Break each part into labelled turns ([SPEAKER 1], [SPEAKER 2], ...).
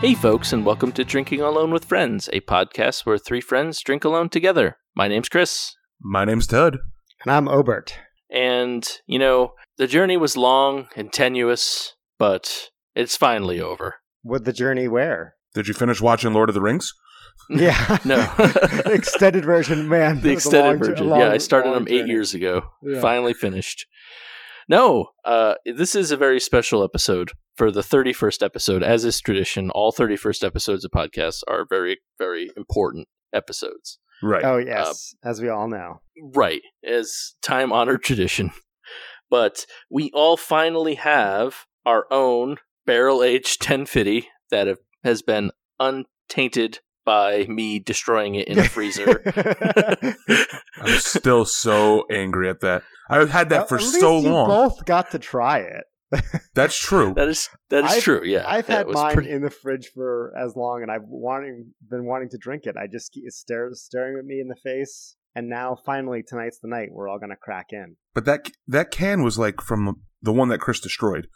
[SPEAKER 1] Hey, folks, and welcome to Drinking Alone with Friends, a podcast where three friends drink alone together. My name's Chris.
[SPEAKER 2] My name's Ted.
[SPEAKER 3] And I'm Obert.
[SPEAKER 1] And, you know, the journey was long and tenuous, but it's finally over.
[SPEAKER 3] What the journey where?
[SPEAKER 2] Did you finish watching Lord of the Rings?
[SPEAKER 3] Yeah.
[SPEAKER 1] No.
[SPEAKER 3] The extended version, man. that
[SPEAKER 1] the
[SPEAKER 3] was a
[SPEAKER 1] extended
[SPEAKER 3] long jo-
[SPEAKER 1] version.
[SPEAKER 3] long-
[SPEAKER 1] yeah, I started
[SPEAKER 3] long
[SPEAKER 1] them eight
[SPEAKER 3] journey.
[SPEAKER 1] years ago.
[SPEAKER 3] Yeah.
[SPEAKER 1] Finally finished. No, uh, this is a very special episode for the 31st episode. As is tradition, all 31st episodes of podcasts are very, very important episodes.
[SPEAKER 2] Right.
[SPEAKER 3] Oh yes,
[SPEAKER 1] Uh,
[SPEAKER 3] as we all know.
[SPEAKER 1] Right, as time honored tradition. But we all finally have our own barrel aged 1050 that have, has been untainted by me destroying it in a freezer.
[SPEAKER 2] I'm still so angry at that. I had that for
[SPEAKER 3] At least
[SPEAKER 2] so
[SPEAKER 3] you
[SPEAKER 2] long.
[SPEAKER 3] Both got to try it.
[SPEAKER 2] That's true.
[SPEAKER 1] That is that is
[SPEAKER 3] I've-
[SPEAKER 1] true. Yeah,
[SPEAKER 3] I've
[SPEAKER 1] that
[SPEAKER 3] had
[SPEAKER 1] was
[SPEAKER 3] mine
[SPEAKER 1] pretty-
[SPEAKER 3] in the fridge for as long, and I've wanting been wanting to drink it. I just keep it stares staring at me in the face, and now finally tonight's the night we're all gonna crack in.
[SPEAKER 2] but that that can was like from the one that Chris destroyed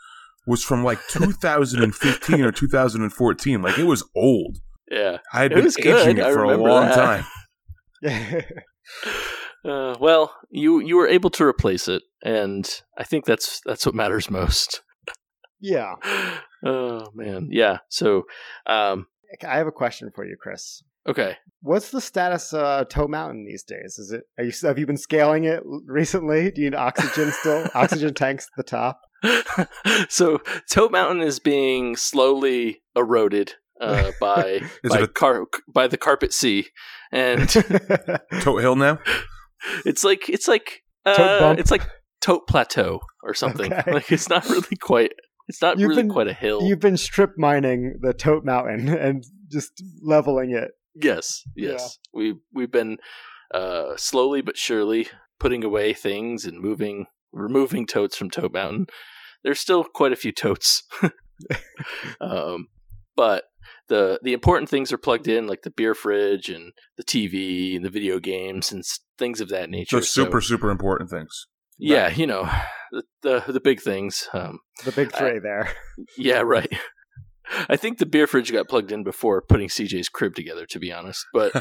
[SPEAKER 2] was from like 2015 or 2014. Like it was old.
[SPEAKER 1] yeah.
[SPEAKER 2] I had
[SPEAKER 1] It
[SPEAKER 2] been
[SPEAKER 1] was
[SPEAKER 2] aging
[SPEAKER 1] good. I
[SPEAKER 2] it for a
[SPEAKER 1] remember
[SPEAKER 2] long
[SPEAKER 1] that.
[SPEAKER 2] time.
[SPEAKER 1] Uh, well, you you were able to replace it, and I think that's that's what matters most.
[SPEAKER 3] yeah,
[SPEAKER 1] Oh man, yeah. So, um,
[SPEAKER 3] I have a question for you, Chris.
[SPEAKER 1] okay.
[SPEAKER 3] What's the status of Toe Mountain these days? Is it are you have you been scaling it recently? Do you need oxygen still? oxygen tanks at the top.
[SPEAKER 1] so Toad Mountain is being slowly eroded uh, by
[SPEAKER 2] Is
[SPEAKER 1] by,
[SPEAKER 2] it a-
[SPEAKER 1] car- by the carpet sea, and
[SPEAKER 2] Tote Hill now.
[SPEAKER 1] it's like it's like
[SPEAKER 3] Tote
[SPEAKER 1] uh,
[SPEAKER 3] bump?
[SPEAKER 1] it's like Tote Plateau or something.
[SPEAKER 3] Okay.
[SPEAKER 1] Like it's not really quite. It's not
[SPEAKER 3] You've
[SPEAKER 1] really
[SPEAKER 3] been-
[SPEAKER 1] quite a hill.
[SPEAKER 3] You've been strip mining the Tote Mountain and just leveling it.
[SPEAKER 1] Yes,
[SPEAKER 3] Yeah.
[SPEAKER 1] yes. We we've been uh, slowly but surely putting away things and moving, removing totes from Tote Mountain. There's still quite a few totes, um, but the the important things are plugged in, like the beer fridge and the TV and the video games and s- things of that nature.
[SPEAKER 2] So
[SPEAKER 1] So,
[SPEAKER 2] super super important things.
[SPEAKER 1] yeah, you know the the, the big things. Um,
[SPEAKER 3] The big
[SPEAKER 1] I-
[SPEAKER 3] three there.
[SPEAKER 1] yeah, right. I think the beer fridge got plugged in before putting CJ's crib together, to be honest. But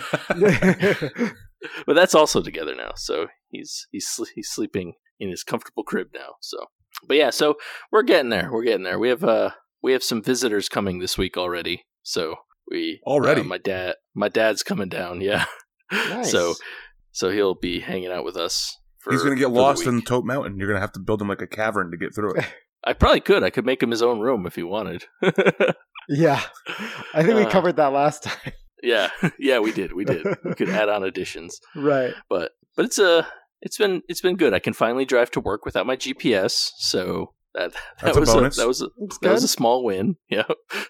[SPEAKER 1] but that's also together now. So he's he's sl- he's sleeping in his comfortable crib now. So, but yeah, so we're getting there. We're getting there. We have uh we have some visitors coming this week already. So we
[SPEAKER 2] Already?
[SPEAKER 1] uh, my dad my dad's coming down. Yeah.
[SPEAKER 3] Nice.
[SPEAKER 1] So so he'll be hanging out with us. For,
[SPEAKER 2] He's gonna get
[SPEAKER 1] for the
[SPEAKER 2] lost in
[SPEAKER 1] week.
[SPEAKER 2] Tote Mountain. You're gonna have to build him like a cavern to get through it.
[SPEAKER 1] I probably could. I could make him his own room if he wanted.
[SPEAKER 3] yeah, I think we
[SPEAKER 1] Uh,
[SPEAKER 3] covered that last time.
[SPEAKER 1] yeah, yeah, we did. We did. We could add on additions.
[SPEAKER 3] right.
[SPEAKER 1] but but it's a it's been it's been good. I can finally drive to work without my GPS, so that that
[SPEAKER 2] That's a
[SPEAKER 1] was
[SPEAKER 2] bonus.
[SPEAKER 1] that was a,
[SPEAKER 3] It's
[SPEAKER 1] that
[SPEAKER 3] good.
[SPEAKER 1] was a small win. Yeah,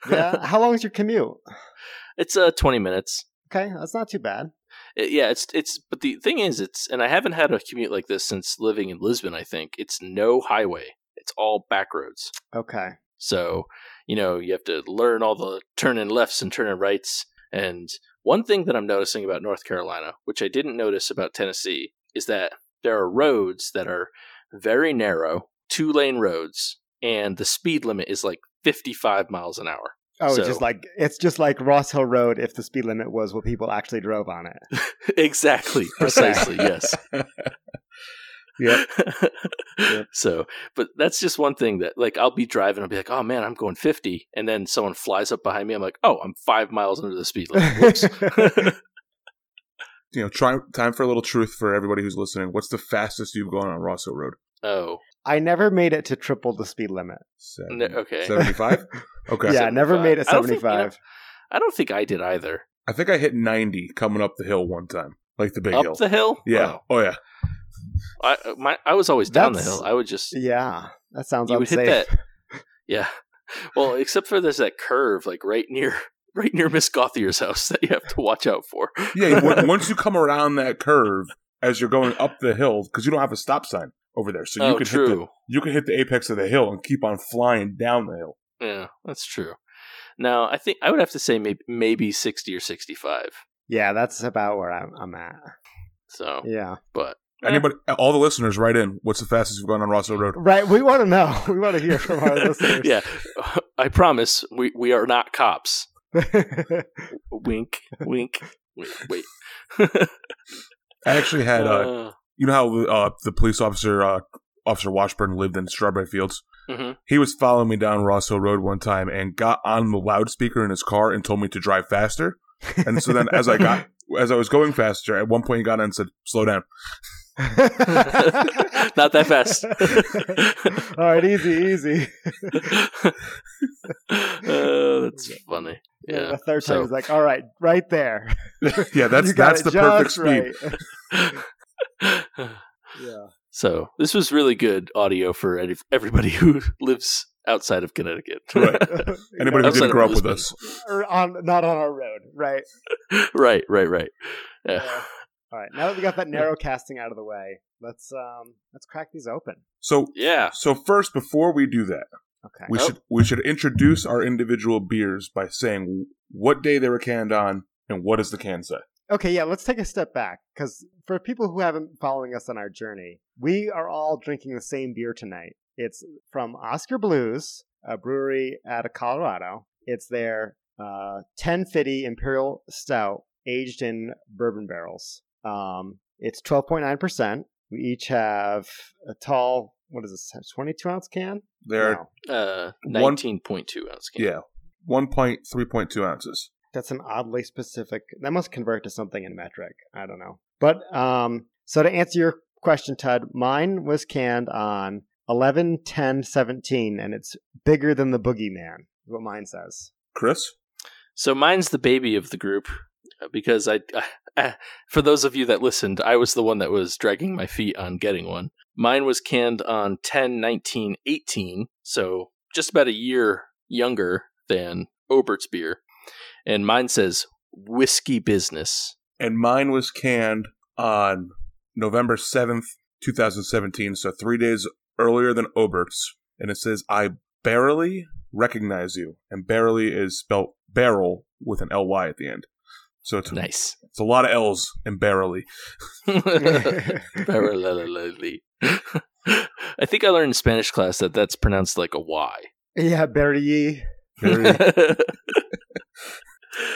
[SPEAKER 3] yeah. How long is your commute?
[SPEAKER 1] it's uh twenty minutes.
[SPEAKER 3] Okay, that's not too bad.
[SPEAKER 1] It- yeah, it's it's but the thing is, it's and I haven't had a commute like this since living in Lisbon. I think it's no highway; it's all back roads.
[SPEAKER 3] Okay.
[SPEAKER 1] So you know you have to learn all the turn in lefts and turn in rights. And one thing that I'm noticing about North Carolina, which I didn't notice about Tennessee, is that there are roads that are very narrow, two lane roads, and the speed limit is like 55 miles an hour.
[SPEAKER 3] Oh,
[SPEAKER 1] So-
[SPEAKER 3] it's just like it's just like Ross Hill Road if the speed limit was what people actually drove on it.
[SPEAKER 1] exactly, precisely, yes.
[SPEAKER 2] Yep.
[SPEAKER 3] Yep.
[SPEAKER 1] So, but that's just one thing that, like, I'll be driving, I'll be like, oh man, I'm going 50. And then someone flies up behind me. I'm like, oh, I'm five miles under the speed limit. Whoops.
[SPEAKER 2] You know, try time for a little truth for everybody who's listening. What's the fastest you've gone on Rosso Road?
[SPEAKER 1] oh,
[SPEAKER 3] I never made it to triple the speed limit.
[SPEAKER 2] Seven,
[SPEAKER 1] no, okay.
[SPEAKER 2] Seventy-five. Okay.
[SPEAKER 3] Yeah, I never
[SPEAKER 1] 75.
[SPEAKER 3] made it
[SPEAKER 1] I don't think, you
[SPEAKER 3] 75.
[SPEAKER 1] I don't think I did either.
[SPEAKER 2] I think I hit 90 coming up the hill one time, like the big
[SPEAKER 1] up
[SPEAKER 2] hill.
[SPEAKER 1] the hill?
[SPEAKER 2] yeah.
[SPEAKER 1] Wow.
[SPEAKER 2] Oh yeah.
[SPEAKER 1] I uh, my I was always down the
[SPEAKER 3] That's-
[SPEAKER 1] hill. I would just
[SPEAKER 3] Yeah, that sounds
[SPEAKER 1] you would
[SPEAKER 3] unsafe.
[SPEAKER 1] hit that. Yeah. Well, except for there's that curve like right near right near Miss Gothier's house that you have to watch out for.
[SPEAKER 2] Yeah. w- once you come around that curve as you're going up the hill, because you don't have a stop sign over there, so you
[SPEAKER 1] oh,
[SPEAKER 2] can hit the
[SPEAKER 1] true.
[SPEAKER 2] you can hit the apex of the hill and keep on flying down the hill.
[SPEAKER 1] Yeah, that's true. Now, I think I would have to say maybe maybe 60 or 65.
[SPEAKER 3] Yeah, that's about where I'm, I'm at.
[SPEAKER 1] So,
[SPEAKER 3] Yeah.
[SPEAKER 1] but Eh.
[SPEAKER 2] Anybody, all the listeners, write in. What's the fastest you've gone on Rosso Road?
[SPEAKER 3] Right. We want to know. We want to hear from our listeners.
[SPEAKER 1] yeah, I promise we we are not cops. wink, wink. Wait, wait.
[SPEAKER 2] I actually had, uh,
[SPEAKER 1] Uh,
[SPEAKER 2] you know how uh, the police officer, uh, Officer Washburn, lived in Strawberry Fields?
[SPEAKER 3] Mm-hmm.
[SPEAKER 1] mhm.
[SPEAKER 2] He was following me down Ross Hill Road one time and got on the loudspeaker in his car and told me to drive faster. And so then as I got, as I was going faster, at one point he got on and said, slow down.
[SPEAKER 1] Not that fast.
[SPEAKER 3] All right, easy, easy.
[SPEAKER 1] Uh, that's funny.
[SPEAKER 3] And
[SPEAKER 1] Yeah.
[SPEAKER 3] the third time
[SPEAKER 1] so-
[SPEAKER 3] he's like, "All right, right there."
[SPEAKER 2] Yeah, that's,
[SPEAKER 3] You got
[SPEAKER 2] that's
[SPEAKER 3] it
[SPEAKER 2] the perfect
[SPEAKER 3] just
[SPEAKER 2] speed.
[SPEAKER 3] right. Yeah.
[SPEAKER 1] so this was really good audio for any, everybody who lives outside of Connecticut.
[SPEAKER 2] Right. Anybody who
[SPEAKER 1] Outside
[SPEAKER 2] didn't
[SPEAKER 1] of
[SPEAKER 2] grow up with
[SPEAKER 1] Lisbon.
[SPEAKER 2] us.
[SPEAKER 3] Or on not on our road, right?
[SPEAKER 1] right, right, right. Yeah.
[SPEAKER 3] Yeah. All right. Now that we got that narrow casting out of the way, let's um let's crack these open.
[SPEAKER 2] So,
[SPEAKER 1] Yeah.
[SPEAKER 2] so first, before we do that,
[SPEAKER 3] Okay.
[SPEAKER 2] We
[SPEAKER 1] Oh.
[SPEAKER 2] should we should introduce our individual beers by saying what day they were canned on and what does the can say.
[SPEAKER 3] Okay, yeah, let's take a step back because for people who haven't been following us on our journey, we are all drinking the same beer tonight. It's from Oscar Blues, a brewery out of Colorado. It's their uh, 1050 Imperial Stout aged in bourbon barrels. Um, it's 12.9%. We each have a tall, what is this, a 22 ounce can?
[SPEAKER 2] They're
[SPEAKER 3] No,
[SPEAKER 1] Uh,
[SPEAKER 2] One-
[SPEAKER 1] nineteen point two ounce can.
[SPEAKER 2] yeah, one point three point two ounces.
[SPEAKER 3] that's an oddly specific that must convert to something in metric i don't know but um so to answer your question tud mine was canned on 11 10 17 and it's bigger than the boogeyman is what mine says
[SPEAKER 2] Chris,
[SPEAKER 1] So mine's the baby of the group uh, because I, I, for those of you that listened, I was the one that was dragging my feet on getting one. Mine was canned on 10 19 18, so just about a year younger than Obert's beer. And mine says whiskey business.
[SPEAKER 2] and mine was canned on November seventh, two thousand seventeen, so three days earlier than Obert's, and it says I barely recognize you, and barely is spelt barrel with an L Y at the end. So it's,
[SPEAKER 1] Nice.
[SPEAKER 2] it's a lot of L's in barely.
[SPEAKER 1] Parallelly. I think I learned in Spanish class that that's pronounced like a Y.
[SPEAKER 3] yeah bury ye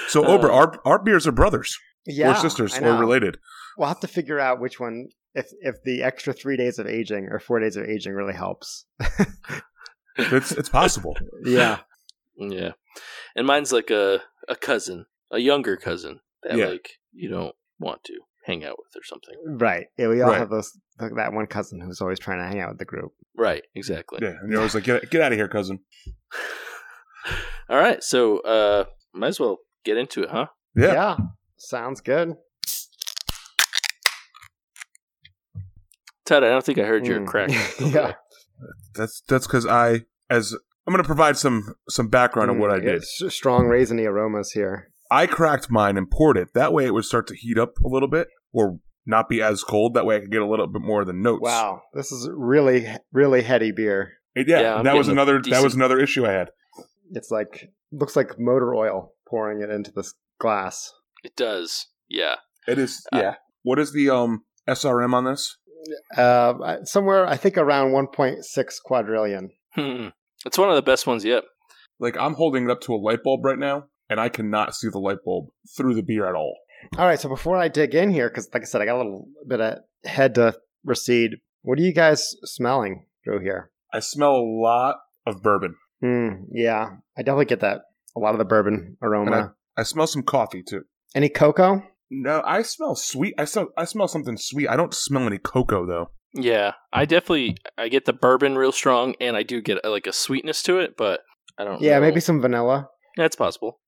[SPEAKER 2] So Ober, our our beers are brothers.
[SPEAKER 3] yeah
[SPEAKER 2] or sisters
[SPEAKER 3] I
[SPEAKER 2] or
[SPEAKER 3] know.
[SPEAKER 2] related.
[SPEAKER 3] we'll have to figure out which one if if the extra three days of aging or four days of aging really helps
[SPEAKER 2] It's it's possible.
[SPEAKER 3] yeah
[SPEAKER 1] Yeah. And mine's like a, a cousin, a younger cousin that
[SPEAKER 2] Yeah.
[SPEAKER 1] like you don't want to hang out with or something.
[SPEAKER 3] right yeah we all
[SPEAKER 2] Right.
[SPEAKER 3] have those that one cousin who's always trying to hang out with the group
[SPEAKER 1] Right, exactly.
[SPEAKER 2] yeah, and you're always like, get get out of here, cousin.
[SPEAKER 1] All right, so uh might as well get into it, huh?
[SPEAKER 2] Yeah.
[SPEAKER 3] sounds good
[SPEAKER 1] Ted, I don't think I heard your
[SPEAKER 3] Mm.
[SPEAKER 1] crack.
[SPEAKER 3] yeah
[SPEAKER 2] That's that's because I as I'm gonna provide some some background on what I
[SPEAKER 3] Mm,
[SPEAKER 2] did.
[SPEAKER 3] it's strong raisiny aromas here.
[SPEAKER 2] I cracked mine and poured it. That way, it would start to heat up a little bit or not be as cold. That way, I could get a little bit more of the notes.
[SPEAKER 3] Wow, this is really really heady beer.
[SPEAKER 2] And yeah,
[SPEAKER 1] Yeah, I'm
[SPEAKER 2] that was
[SPEAKER 1] getting a
[SPEAKER 2] another that
[SPEAKER 1] decent-
[SPEAKER 2] was another issue I had.
[SPEAKER 3] It's like looks like motor oil pouring it into this glass.
[SPEAKER 1] It does. Yeah.
[SPEAKER 2] It is
[SPEAKER 1] Uh,
[SPEAKER 2] yeah. What is the um SRM on this?
[SPEAKER 3] Uh, I- somewhere I think around 1.6 quadrillion.
[SPEAKER 1] Hmm. It's one of the best ones yet.
[SPEAKER 2] Like I'm holding it up to a light bulb right now, and I cannot see the light bulb through the beer at all.
[SPEAKER 3] All right, so before I dig in here, because like I said, I got a little bit of head to recede. What are you guys smelling through here?
[SPEAKER 2] I smell a lot of bourbon.
[SPEAKER 3] Hmm. yeah, I definitely get that. A lot of the bourbon aroma.
[SPEAKER 2] And I smell some coffee too.
[SPEAKER 3] Any cocoa?
[SPEAKER 2] No, I smell sweet. I smell I smell something sweet. I don't smell any cocoa though.
[SPEAKER 1] Yeah. I definitely I get the bourbon real strong and I do get uh, like a sweetness to it, but I don't
[SPEAKER 3] Yeah,
[SPEAKER 1] know.
[SPEAKER 3] maybe some vanilla.
[SPEAKER 1] that's possible.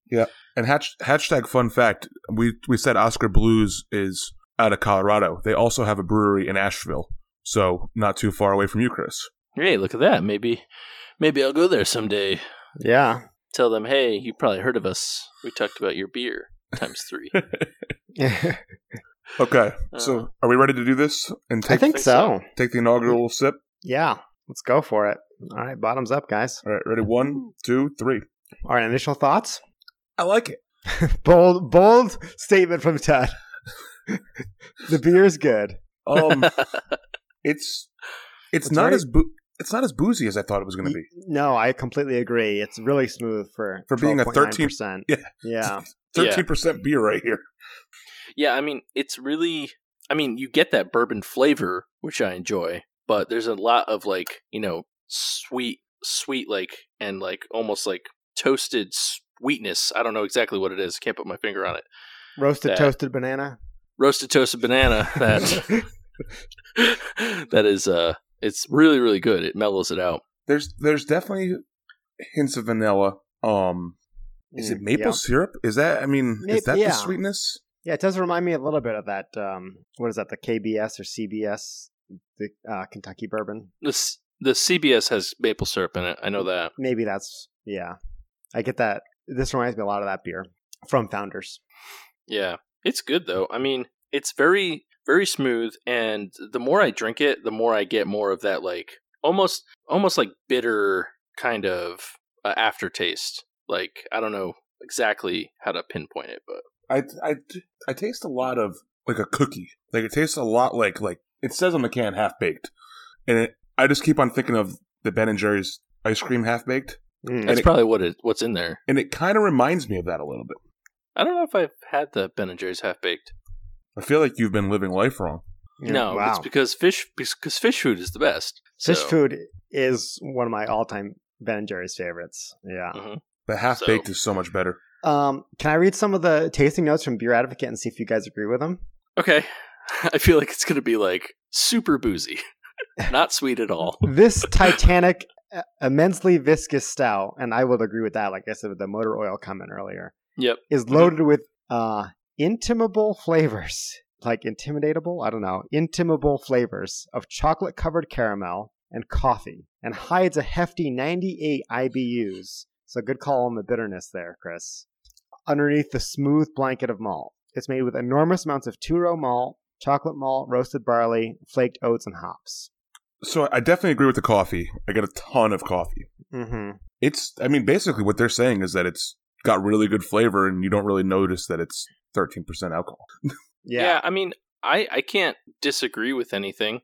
[SPEAKER 2] And hatch, hashtag fun fact: we we said Oscar Blues is out of Colorado. They also have a brewery in Asheville, so not too far away from you, Chris.
[SPEAKER 1] Hey, look at that. Maybe maybe I'll go there someday.
[SPEAKER 3] Yeah.
[SPEAKER 1] tell them, hey, you probably heard of us. We talked about your beer times three.
[SPEAKER 2] Okay,
[SPEAKER 1] Uh,
[SPEAKER 2] so are we ready to do this and
[SPEAKER 3] I
[SPEAKER 2] take
[SPEAKER 3] think
[SPEAKER 1] think
[SPEAKER 3] so.
[SPEAKER 1] so.
[SPEAKER 2] take the inaugural sip?
[SPEAKER 3] Yeah, let's go for it. All right, bottoms up, guys.
[SPEAKER 2] All right, ready? One, two, three.
[SPEAKER 3] All right, initial thoughts.
[SPEAKER 2] I like it.
[SPEAKER 3] Bold, bold statement from Ted. the beer's good.
[SPEAKER 2] Um, it's it's
[SPEAKER 3] That's
[SPEAKER 2] not
[SPEAKER 3] right.
[SPEAKER 2] as bo- it's not as boozy as I thought it was going to be.
[SPEAKER 3] No, I completely agree. It's really smooth for
[SPEAKER 2] For being a 13
[SPEAKER 3] percent.
[SPEAKER 2] Yeah.
[SPEAKER 3] yeah,
[SPEAKER 1] Yeah.
[SPEAKER 2] Thirteen percent beer right here.
[SPEAKER 1] Yeah, I mean, it's really I mean, you get that bourbon flavor, which I enjoy, but there's a lot of like, you know, sweet sweet like and like almost like toasted sweetness. I don't know exactly what it is. Can't put my finger on it.
[SPEAKER 3] roasted
[SPEAKER 1] That-
[SPEAKER 3] toasted banana.
[SPEAKER 1] Roasted toasted banana that that is uh it's really really good. It mellows it out.
[SPEAKER 2] There's there's definitely hints of vanilla. Um, is it
[SPEAKER 3] Mm,
[SPEAKER 2] maple
[SPEAKER 3] yeah.
[SPEAKER 2] syrup? Is that I mean,
[SPEAKER 3] Mape-
[SPEAKER 2] is that
[SPEAKER 3] yeah.
[SPEAKER 2] the sweetness?
[SPEAKER 3] Yeah, it does remind me a little bit of that. Um, what is that? The KBS or CBS, the uh, Kentucky bourbon.
[SPEAKER 1] The s- the CBS has maple syrup in it. I know that.
[SPEAKER 3] Maybe that's yeah. I get that. This reminds me a lot of that beer from Founders.
[SPEAKER 1] Yeah. It's good though. I mean, it's very very smooth and the more I drink it, the more I get more of that like almost almost like bitter kind of uh, aftertaste. Like I don't know exactly how to pinpoint it, but
[SPEAKER 2] I I I taste a lot of like a cookie. Like it tastes a lot like like it says on the can half baked, and it, I just keep on thinking of the Ben and Jerry's ice cream half baked,
[SPEAKER 3] Mm.
[SPEAKER 1] that's
[SPEAKER 2] it-
[SPEAKER 1] probably what it what's in there.
[SPEAKER 2] and it kind of reminds me of that a little bit.
[SPEAKER 1] I don't know if I've had the Ben and Jerry's half baked.
[SPEAKER 2] I feel like you've been living life wrong.
[SPEAKER 3] Yeah,
[SPEAKER 1] No, it's because fish because fish food is the best.
[SPEAKER 3] Fish
[SPEAKER 1] So,
[SPEAKER 3] food is one of my all-time Ben and Jerry's favorites. Yeah.
[SPEAKER 1] mhm.
[SPEAKER 2] The half baked is so much better.
[SPEAKER 3] Um, can I read some of the tasting notes from Beer Advocate and see if you guys agree with them?
[SPEAKER 1] Okay, I feel like it's gonna be like super boozy, not sweet at all.
[SPEAKER 3] This Titanic, uh, immensely viscous stout, and I would agree with that. Like I said with the motor oil comment earlier,
[SPEAKER 1] Yep.
[SPEAKER 3] is loaded with uh, intimable flavors, like intimidatable. I don't know, intimable flavors of chocolate-covered caramel and coffee, and hides a hefty 98 IBUs. So good call on the bitterness there, Chris. Underneath the smooth blanket of malt, it's made with enormous amounts of two row malt, chocolate malt, roasted barley, flaked oats, and hops.
[SPEAKER 2] So I definitely agree with the coffee. I get a ton of coffee.
[SPEAKER 3] Mm-hmm.
[SPEAKER 2] It's I mean basically what they're saying is that it's got really good flavor and you don't really notice that it's 13% alcohol.
[SPEAKER 1] Yeah. I mean, I I can't disagree with anything.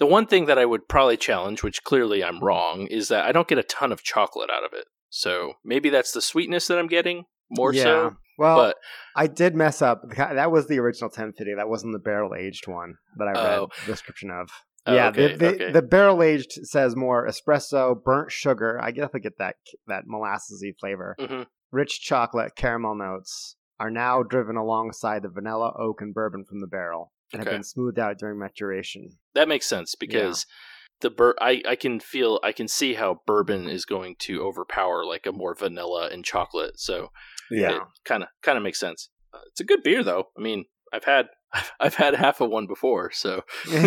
[SPEAKER 1] The one thing that I would probably challenge, which clearly I'm wrong, is that I don't get a ton of chocolate out of it. So maybe that's the sweetness that I'm getting more so.
[SPEAKER 3] Well,
[SPEAKER 1] But
[SPEAKER 3] I did mess up. That was the original 1050. That wasn't the barrel aged one that I read
[SPEAKER 1] Oh.
[SPEAKER 3] the description of.
[SPEAKER 1] Oh,
[SPEAKER 3] yeah,
[SPEAKER 1] okay,
[SPEAKER 3] the, the,
[SPEAKER 1] okay.
[SPEAKER 3] the barrel aged says more espresso, burnt sugar. I definitely get that that molassesy flavor.
[SPEAKER 1] Mhm.
[SPEAKER 3] Rich chocolate, caramel notes are now driven alongside the vanilla, oak, and bourbon from the barrel and
[SPEAKER 1] Okay.
[SPEAKER 3] have been smoothed out during maturation.
[SPEAKER 1] that makes sense because the bur- I I can feel I can see how bourbon is going to overpower like a more vanilla and chocolate. So
[SPEAKER 3] Yeah.
[SPEAKER 1] it kind of kind of makes sense. Uh, it's a good beer though. I mean, I've had I've, I've had half of one before, so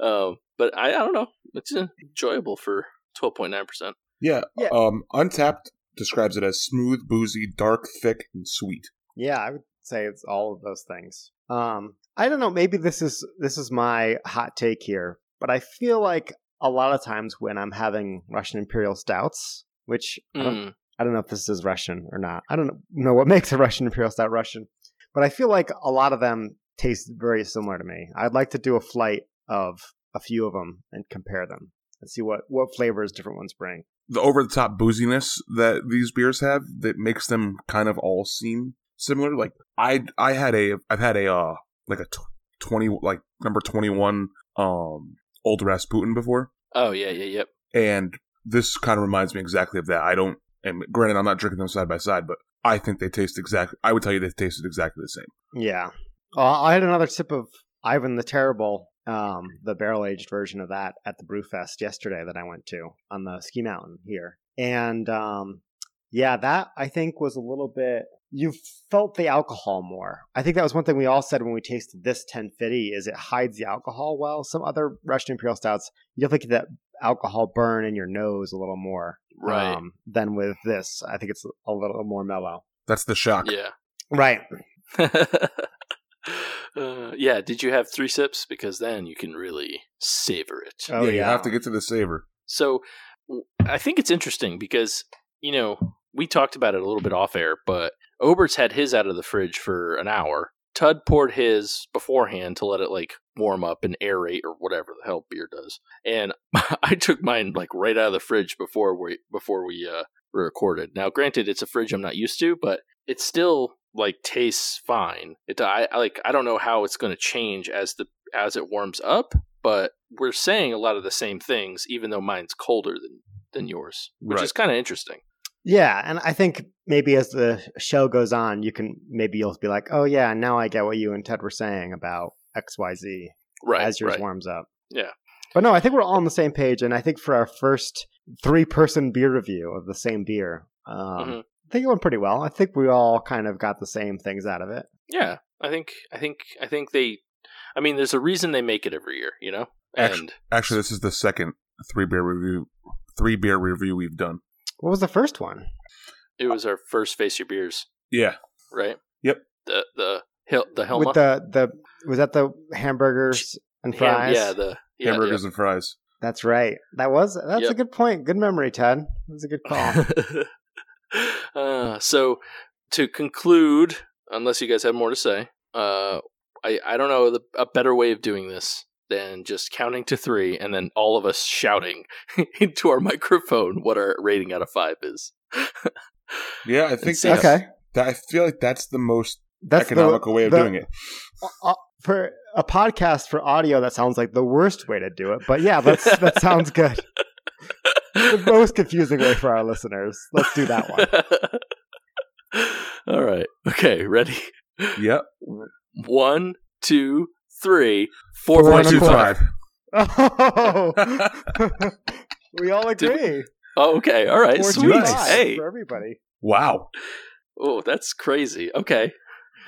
[SPEAKER 1] um, but I, I don't know. It's enjoyable for twelve point nine percent.
[SPEAKER 2] Yeah.
[SPEAKER 3] Yeah.
[SPEAKER 2] Um Untapped describes it as smooth, boozy, dark, thick, and sweet.
[SPEAKER 3] Yeah, I would say it's all of those things. Um, I don't know. Maybe this is this is my hot take here, but I feel like a lot of times when I'm having Russian Imperial stouts, which I, don't,
[SPEAKER 1] Mm.
[SPEAKER 3] I don't know if this is Russian or not. I don't know what makes a Russian Imperial stout Russian, but I feel like a lot of them taste very similar to me. I'd like to do a flight of a few of them and compare them and see what what flavors different ones bring.
[SPEAKER 2] The over the top booziness that these beers have that makes them kind of all seem similar. Like I I had a I've had a uh like a tw- 20 like number 21 um old Rasputin before.
[SPEAKER 1] Oh yeah, yeah, yep.
[SPEAKER 2] and this kind of reminds me exactly of that. I don't, and granted, I'm not drinking them side by side, but I think they taste exactly. I would tell you they tasted exactly the same.
[SPEAKER 3] Yeah. Uh, I had another sip of Ivan the Terrible, um, the barrel aged version of that at the Brewfest yesterday that I went to on the ski mountain here. And um, yeah, that I think was a little bit. You felt the alcohol more. I think that was one thing we all said when we tasted this 1050 is it hides the alcohol well. Some other Russian Imperial Stouts, you definitely get that alcohol burn in your nose a little more
[SPEAKER 1] Right.
[SPEAKER 3] um, than with this. I think it's a little more mellow.
[SPEAKER 2] That's the shock.
[SPEAKER 1] yeah.
[SPEAKER 3] Right.
[SPEAKER 1] uh, yeah. Did you have three sips? Because then you can really savor it.
[SPEAKER 3] Oh,
[SPEAKER 2] yeah, you have to get to the savor.
[SPEAKER 1] So w- I think it's interesting because, you know, we talked about it a little bit off air, but Obert's had his out of the fridge for an hour Tud poured his beforehand to let it like warm up and aerate or whatever the hell beer does. And I took mine like right out of the fridge before we before we uh were recorded. Now, granted, it's a fridge I'm not used to, but it still like tastes fine. It I I, like I don't know how it's going to change as the as it warms up, but we're saying a lot of the same things, even though mine's colder than than yours, which
[SPEAKER 2] Right.
[SPEAKER 1] is kind of interesting.
[SPEAKER 3] Yeah, and I think maybe as the show goes on, you can maybe you'll be like, "Oh yeah, now I get what you and Ted were saying about X Y Z
[SPEAKER 1] Right.
[SPEAKER 3] as yours
[SPEAKER 1] right.
[SPEAKER 3] warms up."
[SPEAKER 1] Yeah.
[SPEAKER 3] but no, I think we're all on the same page, and I think for our first three-person beer review of the same beer, um,
[SPEAKER 1] Mhm.
[SPEAKER 3] I think it went pretty well. I think we all kind of got the same things out of it.
[SPEAKER 1] Yeah, I think I think I think they. I mean, there's a reason they make it every year, you know.
[SPEAKER 2] Actu-
[SPEAKER 1] and
[SPEAKER 2] Actually, this is the second three beer review three beer review we've done.
[SPEAKER 3] What was the first one?
[SPEAKER 1] it was our first face your beers,
[SPEAKER 2] Yeah,
[SPEAKER 1] right?
[SPEAKER 2] Yep.
[SPEAKER 1] The the Hel- the Helma
[SPEAKER 3] With the the was that the hamburgers and
[SPEAKER 1] Ham-
[SPEAKER 3] fries?
[SPEAKER 1] yeah, the yeah,
[SPEAKER 2] hamburgers and fries.
[SPEAKER 3] that's right. That was that's a
[SPEAKER 1] Yep.
[SPEAKER 3] good point. Good memory, Ted. That was a good call.
[SPEAKER 1] yeah. uh, so to conclude, unless you guys have more to say, uh, I I don't know the, a better way of doing this than just counting to three and then all of us shouting into our microphone what our rating out of five is.
[SPEAKER 2] Yeah, I think
[SPEAKER 1] It's-
[SPEAKER 2] that's,
[SPEAKER 3] Okay,
[SPEAKER 2] that, I feel like that's the most
[SPEAKER 3] that's the-
[SPEAKER 2] economical way of
[SPEAKER 3] the-
[SPEAKER 2] doing it.
[SPEAKER 3] uh, for a podcast for audio that sounds like the worst way to do it but yeah that's that sounds good the most confusing way for our listeners let's do that one
[SPEAKER 1] All right. Okay. Ready?
[SPEAKER 2] Yep,
[SPEAKER 1] One, two, three, four
[SPEAKER 2] four
[SPEAKER 3] Four
[SPEAKER 1] point two
[SPEAKER 2] two
[SPEAKER 1] five.
[SPEAKER 2] five.
[SPEAKER 3] oh we all agree
[SPEAKER 1] Oh, okay. All right.
[SPEAKER 3] Four two
[SPEAKER 1] Sweet.
[SPEAKER 3] five
[SPEAKER 1] Hey.
[SPEAKER 3] for everybody
[SPEAKER 2] wow,
[SPEAKER 1] Oh, that's crazy. Okay.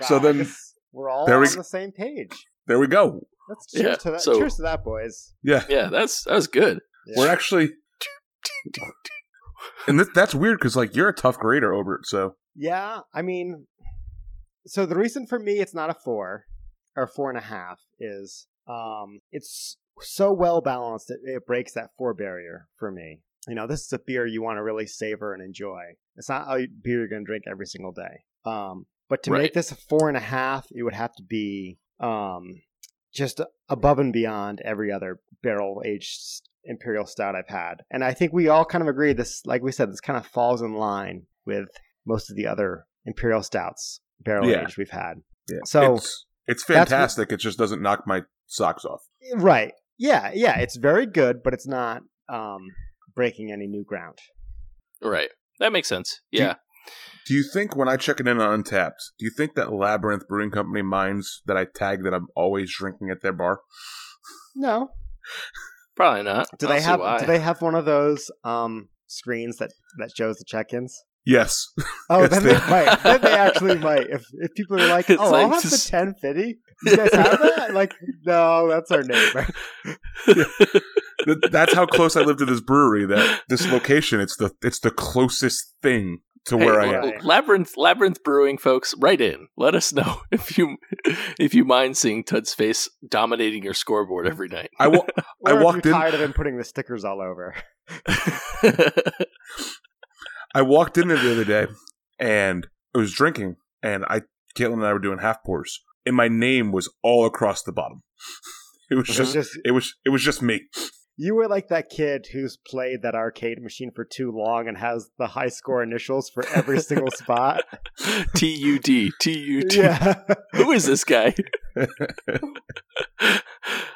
[SPEAKER 2] So
[SPEAKER 3] Wow, I
[SPEAKER 2] then-
[SPEAKER 3] guess we're all
[SPEAKER 2] there
[SPEAKER 3] on
[SPEAKER 2] we-
[SPEAKER 3] the same page
[SPEAKER 2] there we go.
[SPEAKER 3] let's cheers
[SPEAKER 1] Yeah,
[SPEAKER 3] to that
[SPEAKER 1] so-
[SPEAKER 3] cheers to that boys
[SPEAKER 2] Yeah,
[SPEAKER 1] Yeah. That's that was good.
[SPEAKER 3] Yeah.
[SPEAKER 2] we're actually. And th- that's weird because like you're a tough grader, Obert. So
[SPEAKER 3] Yeah, I mean, so the reason for me it's not a four or four and a half is um, it's so well balanced that it breaks that four barrier for me. You know, this is a beer you want to really savor and enjoy. It's not a beer you're going to drink every single day. Um, but to
[SPEAKER 1] Right.
[SPEAKER 3] make this a four and a half, it would have to be um, just above and beyond every other barrel aged imperial stout I've had. And I think we all kind of agree this, like we said, this kind of falls in line with most of the other imperial stouts barrel
[SPEAKER 2] Yeah.
[SPEAKER 3] aged we've had.
[SPEAKER 2] Yeah.
[SPEAKER 3] So
[SPEAKER 2] it's it's
[SPEAKER 3] that's what-
[SPEAKER 2] fantastic. it just doesn't knock my socks off.
[SPEAKER 3] right, yeah, yeah, it's very good, but it's not um, breaking any new ground.
[SPEAKER 1] Right. That makes sense.
[SPEAKER 2] Do you-
[SPEAKER 1] Yeah.
[SPEAKER 2] Do you think when I check it in on Untapped, do you think that Labyrinth Brewing Company minds that I tag that I'm always drinking at their bar?
[SPEAKER 3] No,
[SPEAKER 1] Probably not.
[SPEAKER 3] do
[SPEAKER 1] I don't
[SPEAKER 3] they
[SPEAKER 1] see
[SPEAKER 3] have
[SPEAKER 1] why.
[SPEAKER 3] do they have one of those um, screens that that shows the check ins?
[SPEAKER 2] Yes.
[SPEAKER 3] Oh,
[SPEAKER 2] Yes,
[SPEAKER 3] then
[SPEAKER 2] they-
[SPEAKER 3] they might. Then they actually might. If if people are like,
[SPEAKER 1] It's
[SPEAKER 3] "Oh, I'll
[SPEAKER 1] like
[SPEAKER 3] have
[SPEAKER 1] just-
[SPEAKER 3] the ten fifty. You guys have that? Like, no, that's our neighbor.
[SPEAKER 2] Th- That's how close I live to this brewery. That this location, it's the it's the closest thing to
[SPEAKER 1] Hey,
[SPEAKER 2] where I
[SPEAKER 1] L-
[SPEAKER 2] am.
[SPEAKER 3] right.
[SPEAKER 1] L- Labyrinth Labyrinth Brewing folks, write in. Let us know if you if you mind seeing Tud's face dominating your scoreboard every night.
[SPEAKER 2] I wa- I
[SPEAKER 3] Or
[SPEAKER 2] walked
[SPEAKER 3] if you're
[SPEAKER 2] in-
[SPEAKER 3] tired of him putting the stickers all over.
[SPEAKER 2] I walked in there the other day, and I was drinking, and I Caitlin and I were doing half pours, and my name was all across the bottom. It was
[SPEAKER 3] It's
[SPEAKER 2] just
[SPEAKER 3] just
[SPEAKER 2] it was it was just me.
[SPEAKER 3] you were like that kid who's played that arcade machine for too long and has the high score initials for every single spot.
[SPEAKER 1] T U D T U D.
[SPEAKER 3] yeah.
[SPEAKER 1] Who is this guy?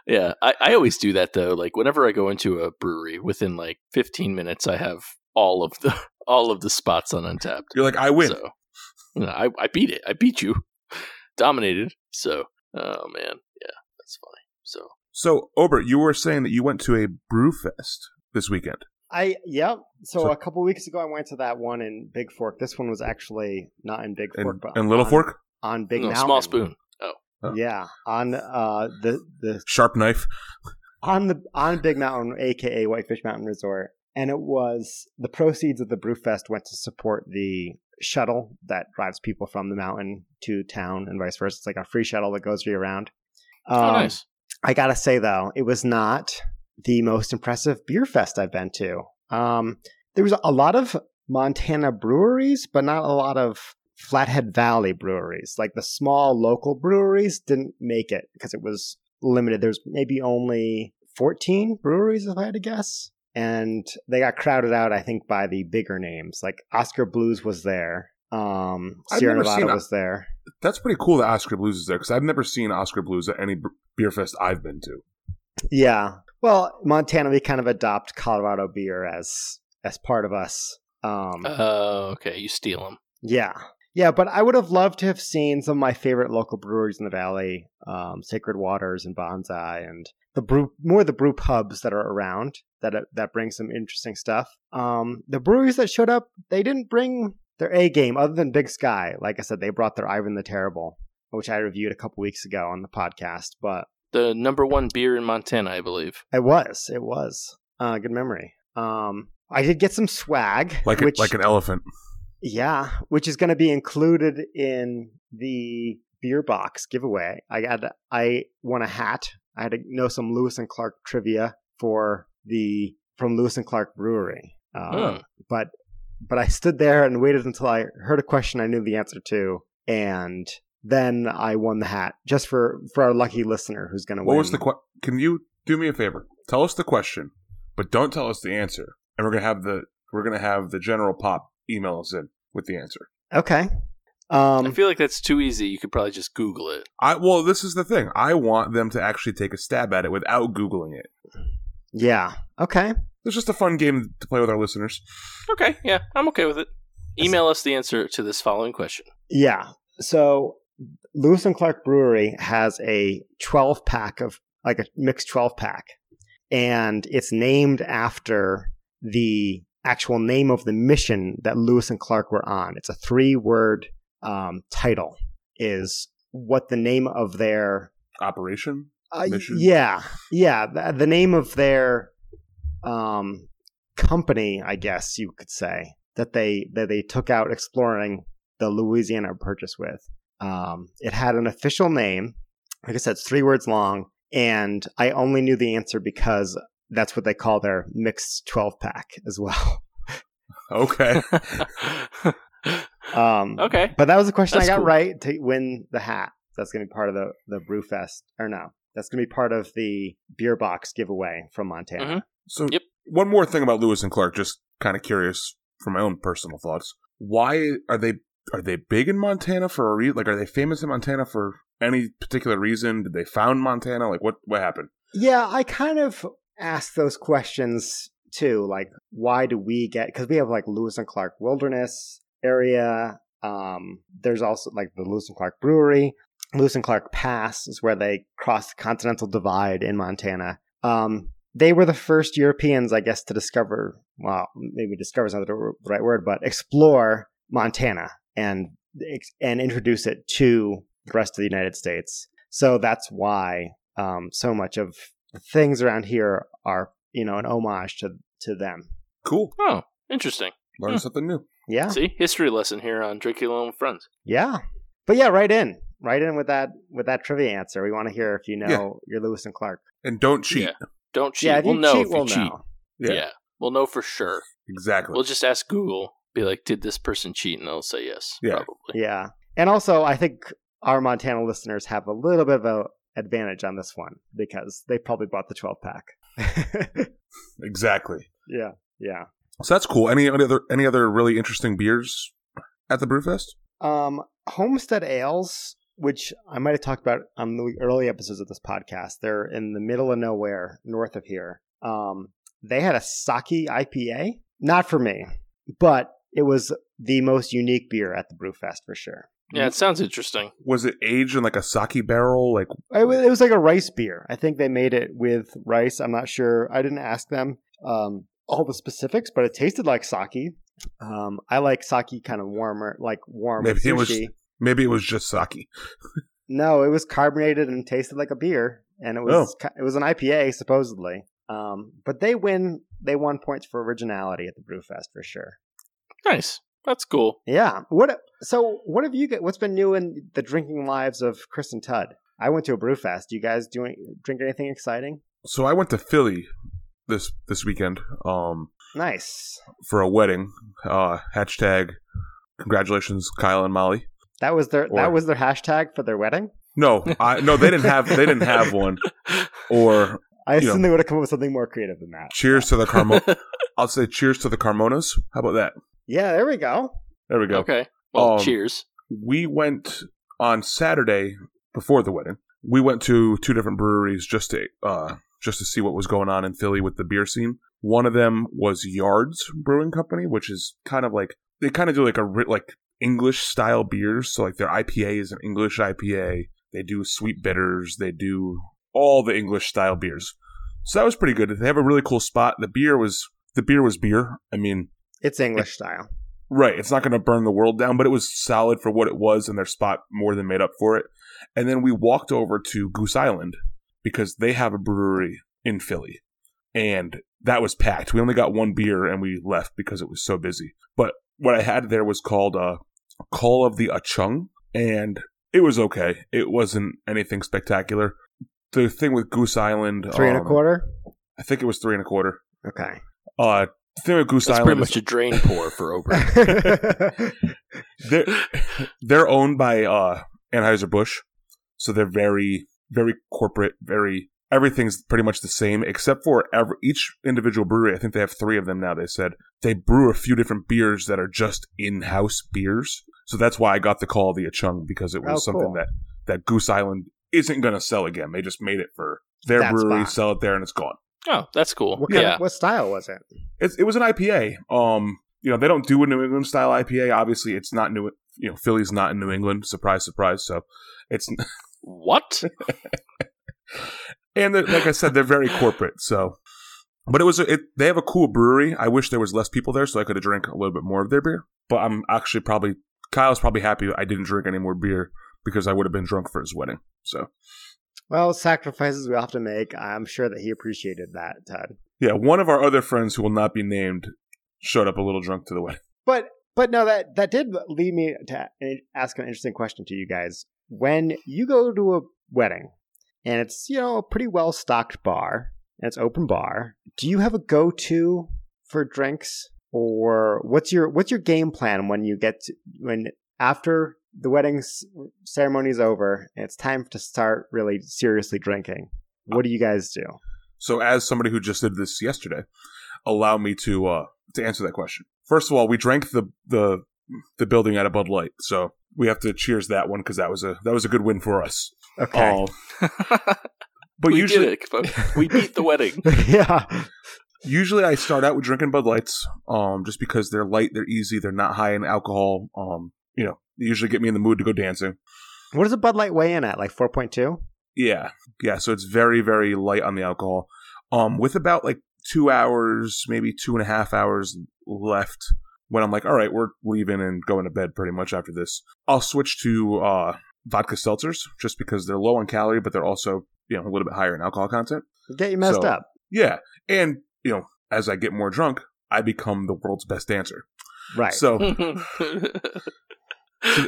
[SPEAKER 1] yeah, I, I always do that though. Like whenever I go into a brewery, within like 15 minutes, I have all of the all of the spots on Untapped.
[SPEAKER 2] You're like I win.
[SPEAKER 1] So you know, I, I beat it. I beat you. Dominated. So oh man, yeah, that's funny. So
[SPEAKER 2] So, Obert, you were saying that you went to a brew fest this weekend.
[SPEAKER 3] I yep. So,
[SPEAKER 2] So-
[SPEAKER 3] a couple weeks ago, I went to that one in Big Fork. This one was actually not in Big
[SPEAKER 2] And,
[SPEAKER 3] Fork, but
[SPEAKER 2] and Little
[SPEAKER 3] on-
[SPEAKER 2] Fork?
[SPEAKER 3] on Big
[SPEAKER 1] no,
[SPEAKER 3] Mountain.
[SPEAKER 1] small spoon.
[SPEAKER 2] Oh.
[SPEAKER 3] Yeah, on uh the the
[SPEAKER 2] Sharp knife.
[SPEAKER 3] on the on Big Mountain, aka Whitefish Mountain Resort, and it was the proceeds of the Brewfest went to support the shuttle that drives people from the mountain to town and vice versa. It's like a free shuttle that goes around. Um,
[SPEAKER 1] oh, nice.
[SPEAKER 3] I gotta say though, it was not the most impressive beer fest I've been to. Um, there was a lot of Montana breweries, but not a lot of Flathead Valley breweries. Like the small local breweries didn't make it because it was limited. There's maybe only 14 breweries, if I had to guess. And they got crowded out, I think, by the bigger names. Like Oscar Blues was there. Um,
[SPEAKER 2] I've
[SPEAKER 3] Sierra
[SPEAKER 2] never
[SPEAKER 3] Nevada
[SPEAKER 2] seen a-
[SPEAKER 3] was there.
[SPEAKER 2] That's pretty cool that Oscar Blues is there because I've never seen Oscar Blues at any b- beer fest I've been to.
[SPEAKER 3] Yeah. Well, Montana, we kind of adopt Colorado beer as as part of us. Um,
[SPEAKER 1] Oh, okay. You steal them.
[SPEAKER 3] yeah. Yeah, but I would have loved to have seen some of my favorite local breweries in the valley, um, Sacred Waters and Bonsai, and the brew more the brew pubs that are around that that bring some interesting stuff. Um, the breweries that showed up, they didn't bring their A game other than Big Sky. Like I said, they brought their Ivan the Terrible, which I reviewed a couple weeks ago on the podcast. But
[SPEAKER 1] The number one beer in Montana, I believe.
[SPEAKER 3] it was. It was. Uh, good memory. Um, I did get some swag,
[SPEAKER 2] Like, a-
[SPEAKER 3] which,
[SPEAKER 2] like an elephant.
[SPEAKER 3] yeah, which is going to be included in the beer box giveaway. I had I won a hat. I had to know some Lewis and Clark trivia for the from Lewis and Clark Brewery. Um,
[SPEAKER 1] Hmm.
[SPEAKER 3] But but I stood there and waited until I heard a question I knew the answer to, and then I won the hat just for for our lucky listener who's going to win.
[SPEAKER 2] What was the que- Can you do me a favor? Tell us the question, but don't tell us the answer. And we're gonna have the we're gonna have the general pop email us in with the answer.
[SPEAKER 3] okay? Um,
[SPEAKER 1] I feel like that's too easy. You could probably just Google it.
[SPEAKER 2] I well, this is the thing. I want them to actually take a stab at it without googling it.
[SPEAKER 3] Yeah. Okay.
[SPEAKER 2] It's just a fun game to play with our listeners.
[SPEAKER 1] Okay. Yeah. I'm okay with it. Email us the answer to this following question.
[SPEAKER 3] Yeah. So Lewis and Clark Brewery has a 12 pack of like a mixed 12 pack, and it's named after the actual name of the mission that Lewis and Clark were on. It's a three word um, title, is what the name of their
[SPEAKER 2] Operation.
[SPEAKER 3] uh, y-
[SPEAKER 2] Mission?
[SPEAKER 3] Yeah, yeah. The, the name of their um, company, I guess you could say, that they that they took out exploring the Louisiana Purchase with. Um, it had an official name. Like I said, it's three words long, and I only knew the answer because that's what they call their mixed twelve pack as well.
[SPEAKER 2] Okay.
[SPEAKER 3] Um,
[SPEAKER 1] okay.
[SPEAKER 3] But that was the question
[SPEAKER 1] That's
[SPEAKER 3] I got
[SPEAKER 1] cool.
[SPEAKER 3] right to win the hat. That's going to be part of the the Brewfest, or no? That's going to be part of the beer box giveaway from Montana.
[SPEAKER 1] Mhm.
[SPEAKER 2] So
[SPEAKER 1] Yep.
[SPEAKER 2] one more thing about Lewis and Clark, just kind of curious from my own personal thoughts. Why are they are they big in Montana for a reason? Like, are they famous in Montana for any particular reason? Did they found Montana? Like, what what happened?
[SPEAKER 3] Yeah, I kind of ask those questions too. Like, why do we get? Because we have like Lewis and Clark Wilderness area. Um, there's also like the Lewis and Clark Brewery. Lewis and Clark Pass is where they cross the continental divide in Montana. Um, they were the first Europeans, I guess, to discover. Well, maybe discover is not the r- the right word, but explore Montana and ex- and introduce it to the rest of the United States. So that's why um, so much of the things around here are you know an homage to to them.
[SPEAKER 2] Cool.
[SPEAKER 1] Oh, interesting.
[SPEAKER 2] Learn
[SPEAKER 1] Hmm.
[SPEAKER 2] something new.
[SPEAKER 3] Yeah,
[SPEAKER 1] See, history lesson here on Drinking Alone with Friends.
[SPEAKER 3] yeah, but yeah, right in, right in with that with that trivia answer. We want to hear if you know your Lewis and Clark.
[SPEAKER 2] And don't cheat.
[SPEAKER 1] Yeah. Don't cheat.
[SPEAKER 3] yeah, if
[SPEAKER 1] we'll
[SPEAKER 3] you
[SPEAKER 1] know
[SPEAKER 3] cheat,
[SPEAKER 1] if you
[SPEAKER 3] we'll
[SPEAKER 1] cheat.
[SPEAKER 3] know.
[SPEAKER 2] Yeah.
[SPEAKER 1] Yeah. we'll know for sure.
[SPEAKER 2] Exactly.
[SPEAKER 1] We'll just ask Google. Be like, did this person cheat? And they'll say yes.
[SPEAKER 2] Yeah.
[SPEAKER 1] Probably.
[SPEAKER 3] Yeah, and also I think our Montana listeners have a little bit of a advantage on this one because they probably bought the twelve pack.
[SPEAKER 2] exactly.
[SPEAKER 3] yeah, yeah.
[SPEAKER 2] So that's cool. Any any other any other really interesting beers at the Brewfest?
[SPEAKER 3] Um, Homestead Ales, which I might have talked about on the early episodes of this podcast, they're in the middle of nowhere, north of here. Um, they had a sake IPA, not for me, but it was the most unique beer at the Brewfest for sure.
[SPEAKER 1] Yeah, it sounds interesting.
[SPEAKER 2] Was it aged in like a sake barrel? Like
[SPEAKER 3] It wa- it was like a rice beer. I think they made it with rice. I'm not sure. I didn't ask them um, all the specifics, but it tasted like sake. Um, I like sake kind of warmer, like warm. with
[SPEAKER 2] Maybe it was-
[SPEAKER 3] sushi.
[SPEAKER 2] maybe it was just sake.
[SPEAKER 3] No, it was carbonated and tasted like a beer, and it was ki- it was an IPA supposedly. Um, but they win. They won points for originality at the Brewfest for sure.
[SPEAKER 1] Nice. That's cool.
[SPEAKER 3] Yeah. What? So what have you got? What's been new in the drinking lives of Chris and Tud? I went to a Brewfest. You guys doing drink anything exciting?
[SPEAKER 2] So I went to Philly this this weekend. Um,
[SPEAKER 3] Nice.
[SPEAKER 2] for a wedding. Uh, hashtag Congratulations, Kyle and Molly.
[SPEAKER 3] That was their
[SPEAKER 2] Or-
[SPEAKER 3] that was their hashtag for their wedding.
[SPEAKER 2] No, I, no, they didn't have they didn't have one. Or
[SPEAKER 3] I
[SPEAKER 2] You know.
[SPEAKER 3] assume they would have come up with something more creative than that.
[SPEAKER 2] cheers to the Carmo. I'll say cheers to the Carmonas. How about that?
[SPEAKER 3] Yeah, there we go.
[SPEAKER 2] There we go.
[SPEAKER 1] Okay. Well,
[SPEAKER 2] Um,
[SPEAKER 1] cheers.
[SPEAKER 2] we went on Saturday before the wedding. We went to two different breweries just to uh, just to see what was going on in Philly with the beer scene. One of them was Yards Brewing Company, which is kind of like they kind of do like a ri- like English style beers. So like their IPA is an English IPA. They do sweet bitters. They do all the English style beers. So that was pretty good. They have a really cool spot. The beer was the beer was beer. I mean,
[SPEAKER 3] It's English style.
[SPEAKER 2] Right. It's not going to burn the world down, but it was solid for what it was, and their spot more than made up for it. And then we walked over to Goose Island because they have a brewery in Philly, and that was packed. We only got one beer and we left because it was so busy. But what I had there was called uh, Call of the Achung, and it was okay. It wasn't anything spectacular. The thing with Goose Island,
[SPEAKER 3] Three and a
[SPEAKER 2] um,
[SPEAKER 3] quarter.
[SPEAKER 2] I think it was three and a quarter.
[SPEAKER 3] Okay.
[SPEAKER 2] Uh, the thing with Goose
[SPEAKER 1] That's
[SPEAKER 2] Island
[SPEAKER 1] pretty
[SPEAKER 2] is
[SPEAKER 1] much a drain pour for Ober.
[SPEAKER 2] they're they're owned by uh Anheuser Busch, so they're very very corporate. Very everything's pretty much the same except for every, each individual brewery. I think they have three of them now. They said they brew a few different beers that are just in house beers. So that's why I got the call of the Achung because it was
[SPEAKER 3] Oh,
[SPEAKER 2] something
[SPEAKER 3] cool.
[SPEAKER 2] that that Goose Island isn't going to sell again. They just made it for their
[SPEAKER 3] That's
[SPEAKER 2] brewery,
[SPEAKER 3] fine.
[SPEAKER 2] sell it there, and it's gone.
[SPEAKER 1] oh, that's cool.
[SPEAKER 3] what, kind
[SPEAKER 1] Yeah.
[SPEAKER 3] of, what style was it?
[SPEAKER 2] It's, it was an IPA. Um, you know, they don't do a New England style IPA. Obviously, it's not New. You know, Philly's not in New England. Surprise, surprise. So, it's
[SPEAKER 1] What?
[SPEAKER 2] and they're- like I said, they're very corporate. So, but it was a, it, they have a cool brewery. I wish there was less people there so I could have drank a little bit more of their beer. But I'm actually probably Kyle's probably happy I didn't drink any more beer because I would have been drunk for his wedding. So,
[SPEAKER 3] Well, sacrifices we often make. I'm sure that he appreciated that, Todd.
[SPEAKER 2] yeah, one of our other friends who will not be named showed up a little drunk to the wedding.
[SPEAKER 3] But but no, that that did lead me to a- ask an interesting question to you guys. When you go to a wedding and it's you know a pretty well stocked bar and it's open bar, do you have a go to for drinks or what's your what's your game plan when you get to, when after the wedding s- ceremony is over and it's time to start really seriously drinking? What do you guys do?
[SPEAKER 2] So, as somebody who just did this yesterday, allow me to uh to answer that question. First of all, we drank the the the building out of Bud Light, so we have to cheers that one because that was a that was a good win for us.
[SPEAKER 3] Okay.
[SPEAKER 2] Um, but
[SPEAKER 1] we
[SPEAKER 2] usually,
[SPEAKER 1] did it. folks. We beat the wedding.
[SPEAKER 3] yeah.
[SPEAKER 2] usually I start out with drinking Bud Lights, um, just because they're light, they're easy, they're not high in alcohol. Um, you know, they usually get me in the mood to go dancing.
[SPEAKER 3] What does a Bud Light weigh in at? Like four point two?
[SPEAKER 2] Yeah, yeah. So it's very, very light on the alcohol. Um, with about like two hours, maybe two and a half hours left, when I'm like, all right, we're leaving and going to bed pretty much after this. I'll switch to uh, vodka seltzers just because they're low on calorie, but they're also you know a little bit higher in alcohol content.
[SPEAKER 3] Get you messed
[SPEAKER 2] So-
[SPEAKER 3] up.
[SPEAKER 2] Yeah, and you know, as I get more drunk, I become the world's best dancer.
[SPEAKER 3] Right.
[SPEAKER 2] So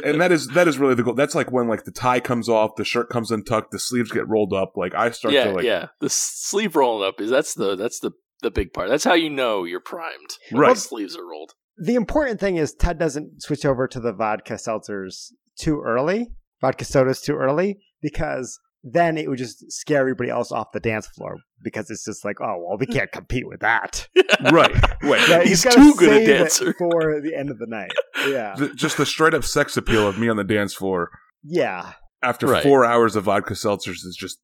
[SPEAKER 2] and Oh. that is that is really the goal. That's like when like the tie comes off, the shirt comes untucked, the sleeves get rolled up. Like I start
[SPEAKER 1] yeah,
[SPEAKER 2] to like
[SPEAKER 1] yeah. The sleeve rolling up is that's the that's the the big part. That's how you know you're primed.
[SPEAKER 2] right.
[SPEAKER 1] When sleeves are rolled.
[SPEAKER 3] the important thing is Ted doesn't switch over to the vodka seltzers too early, vodka sodas too early, because then it would just scare everybody else off the dance floor because it's just like, oh well, we can't compete with that.
[SPEAKER 2] right. Wait.
[SPEAKER 3] Yeah,
[SPEAKER 1] He's
[SPEAKER 3] you've gotta
[SPEAKER 1] too good a
[SPEAKER 3] save it
[SPEAKER 1] dancer.
[SPEAKER 3] for the end of the night. Yeah,
[SPEAKER 2] The, just the straight up sex appeal of me on the dance floor
[SPEAKER 3] yeah.
[SPEAKER 2] after
[SPEAKER 1] Right.
[SPEAKER 2] four hours of vodka seltzers is just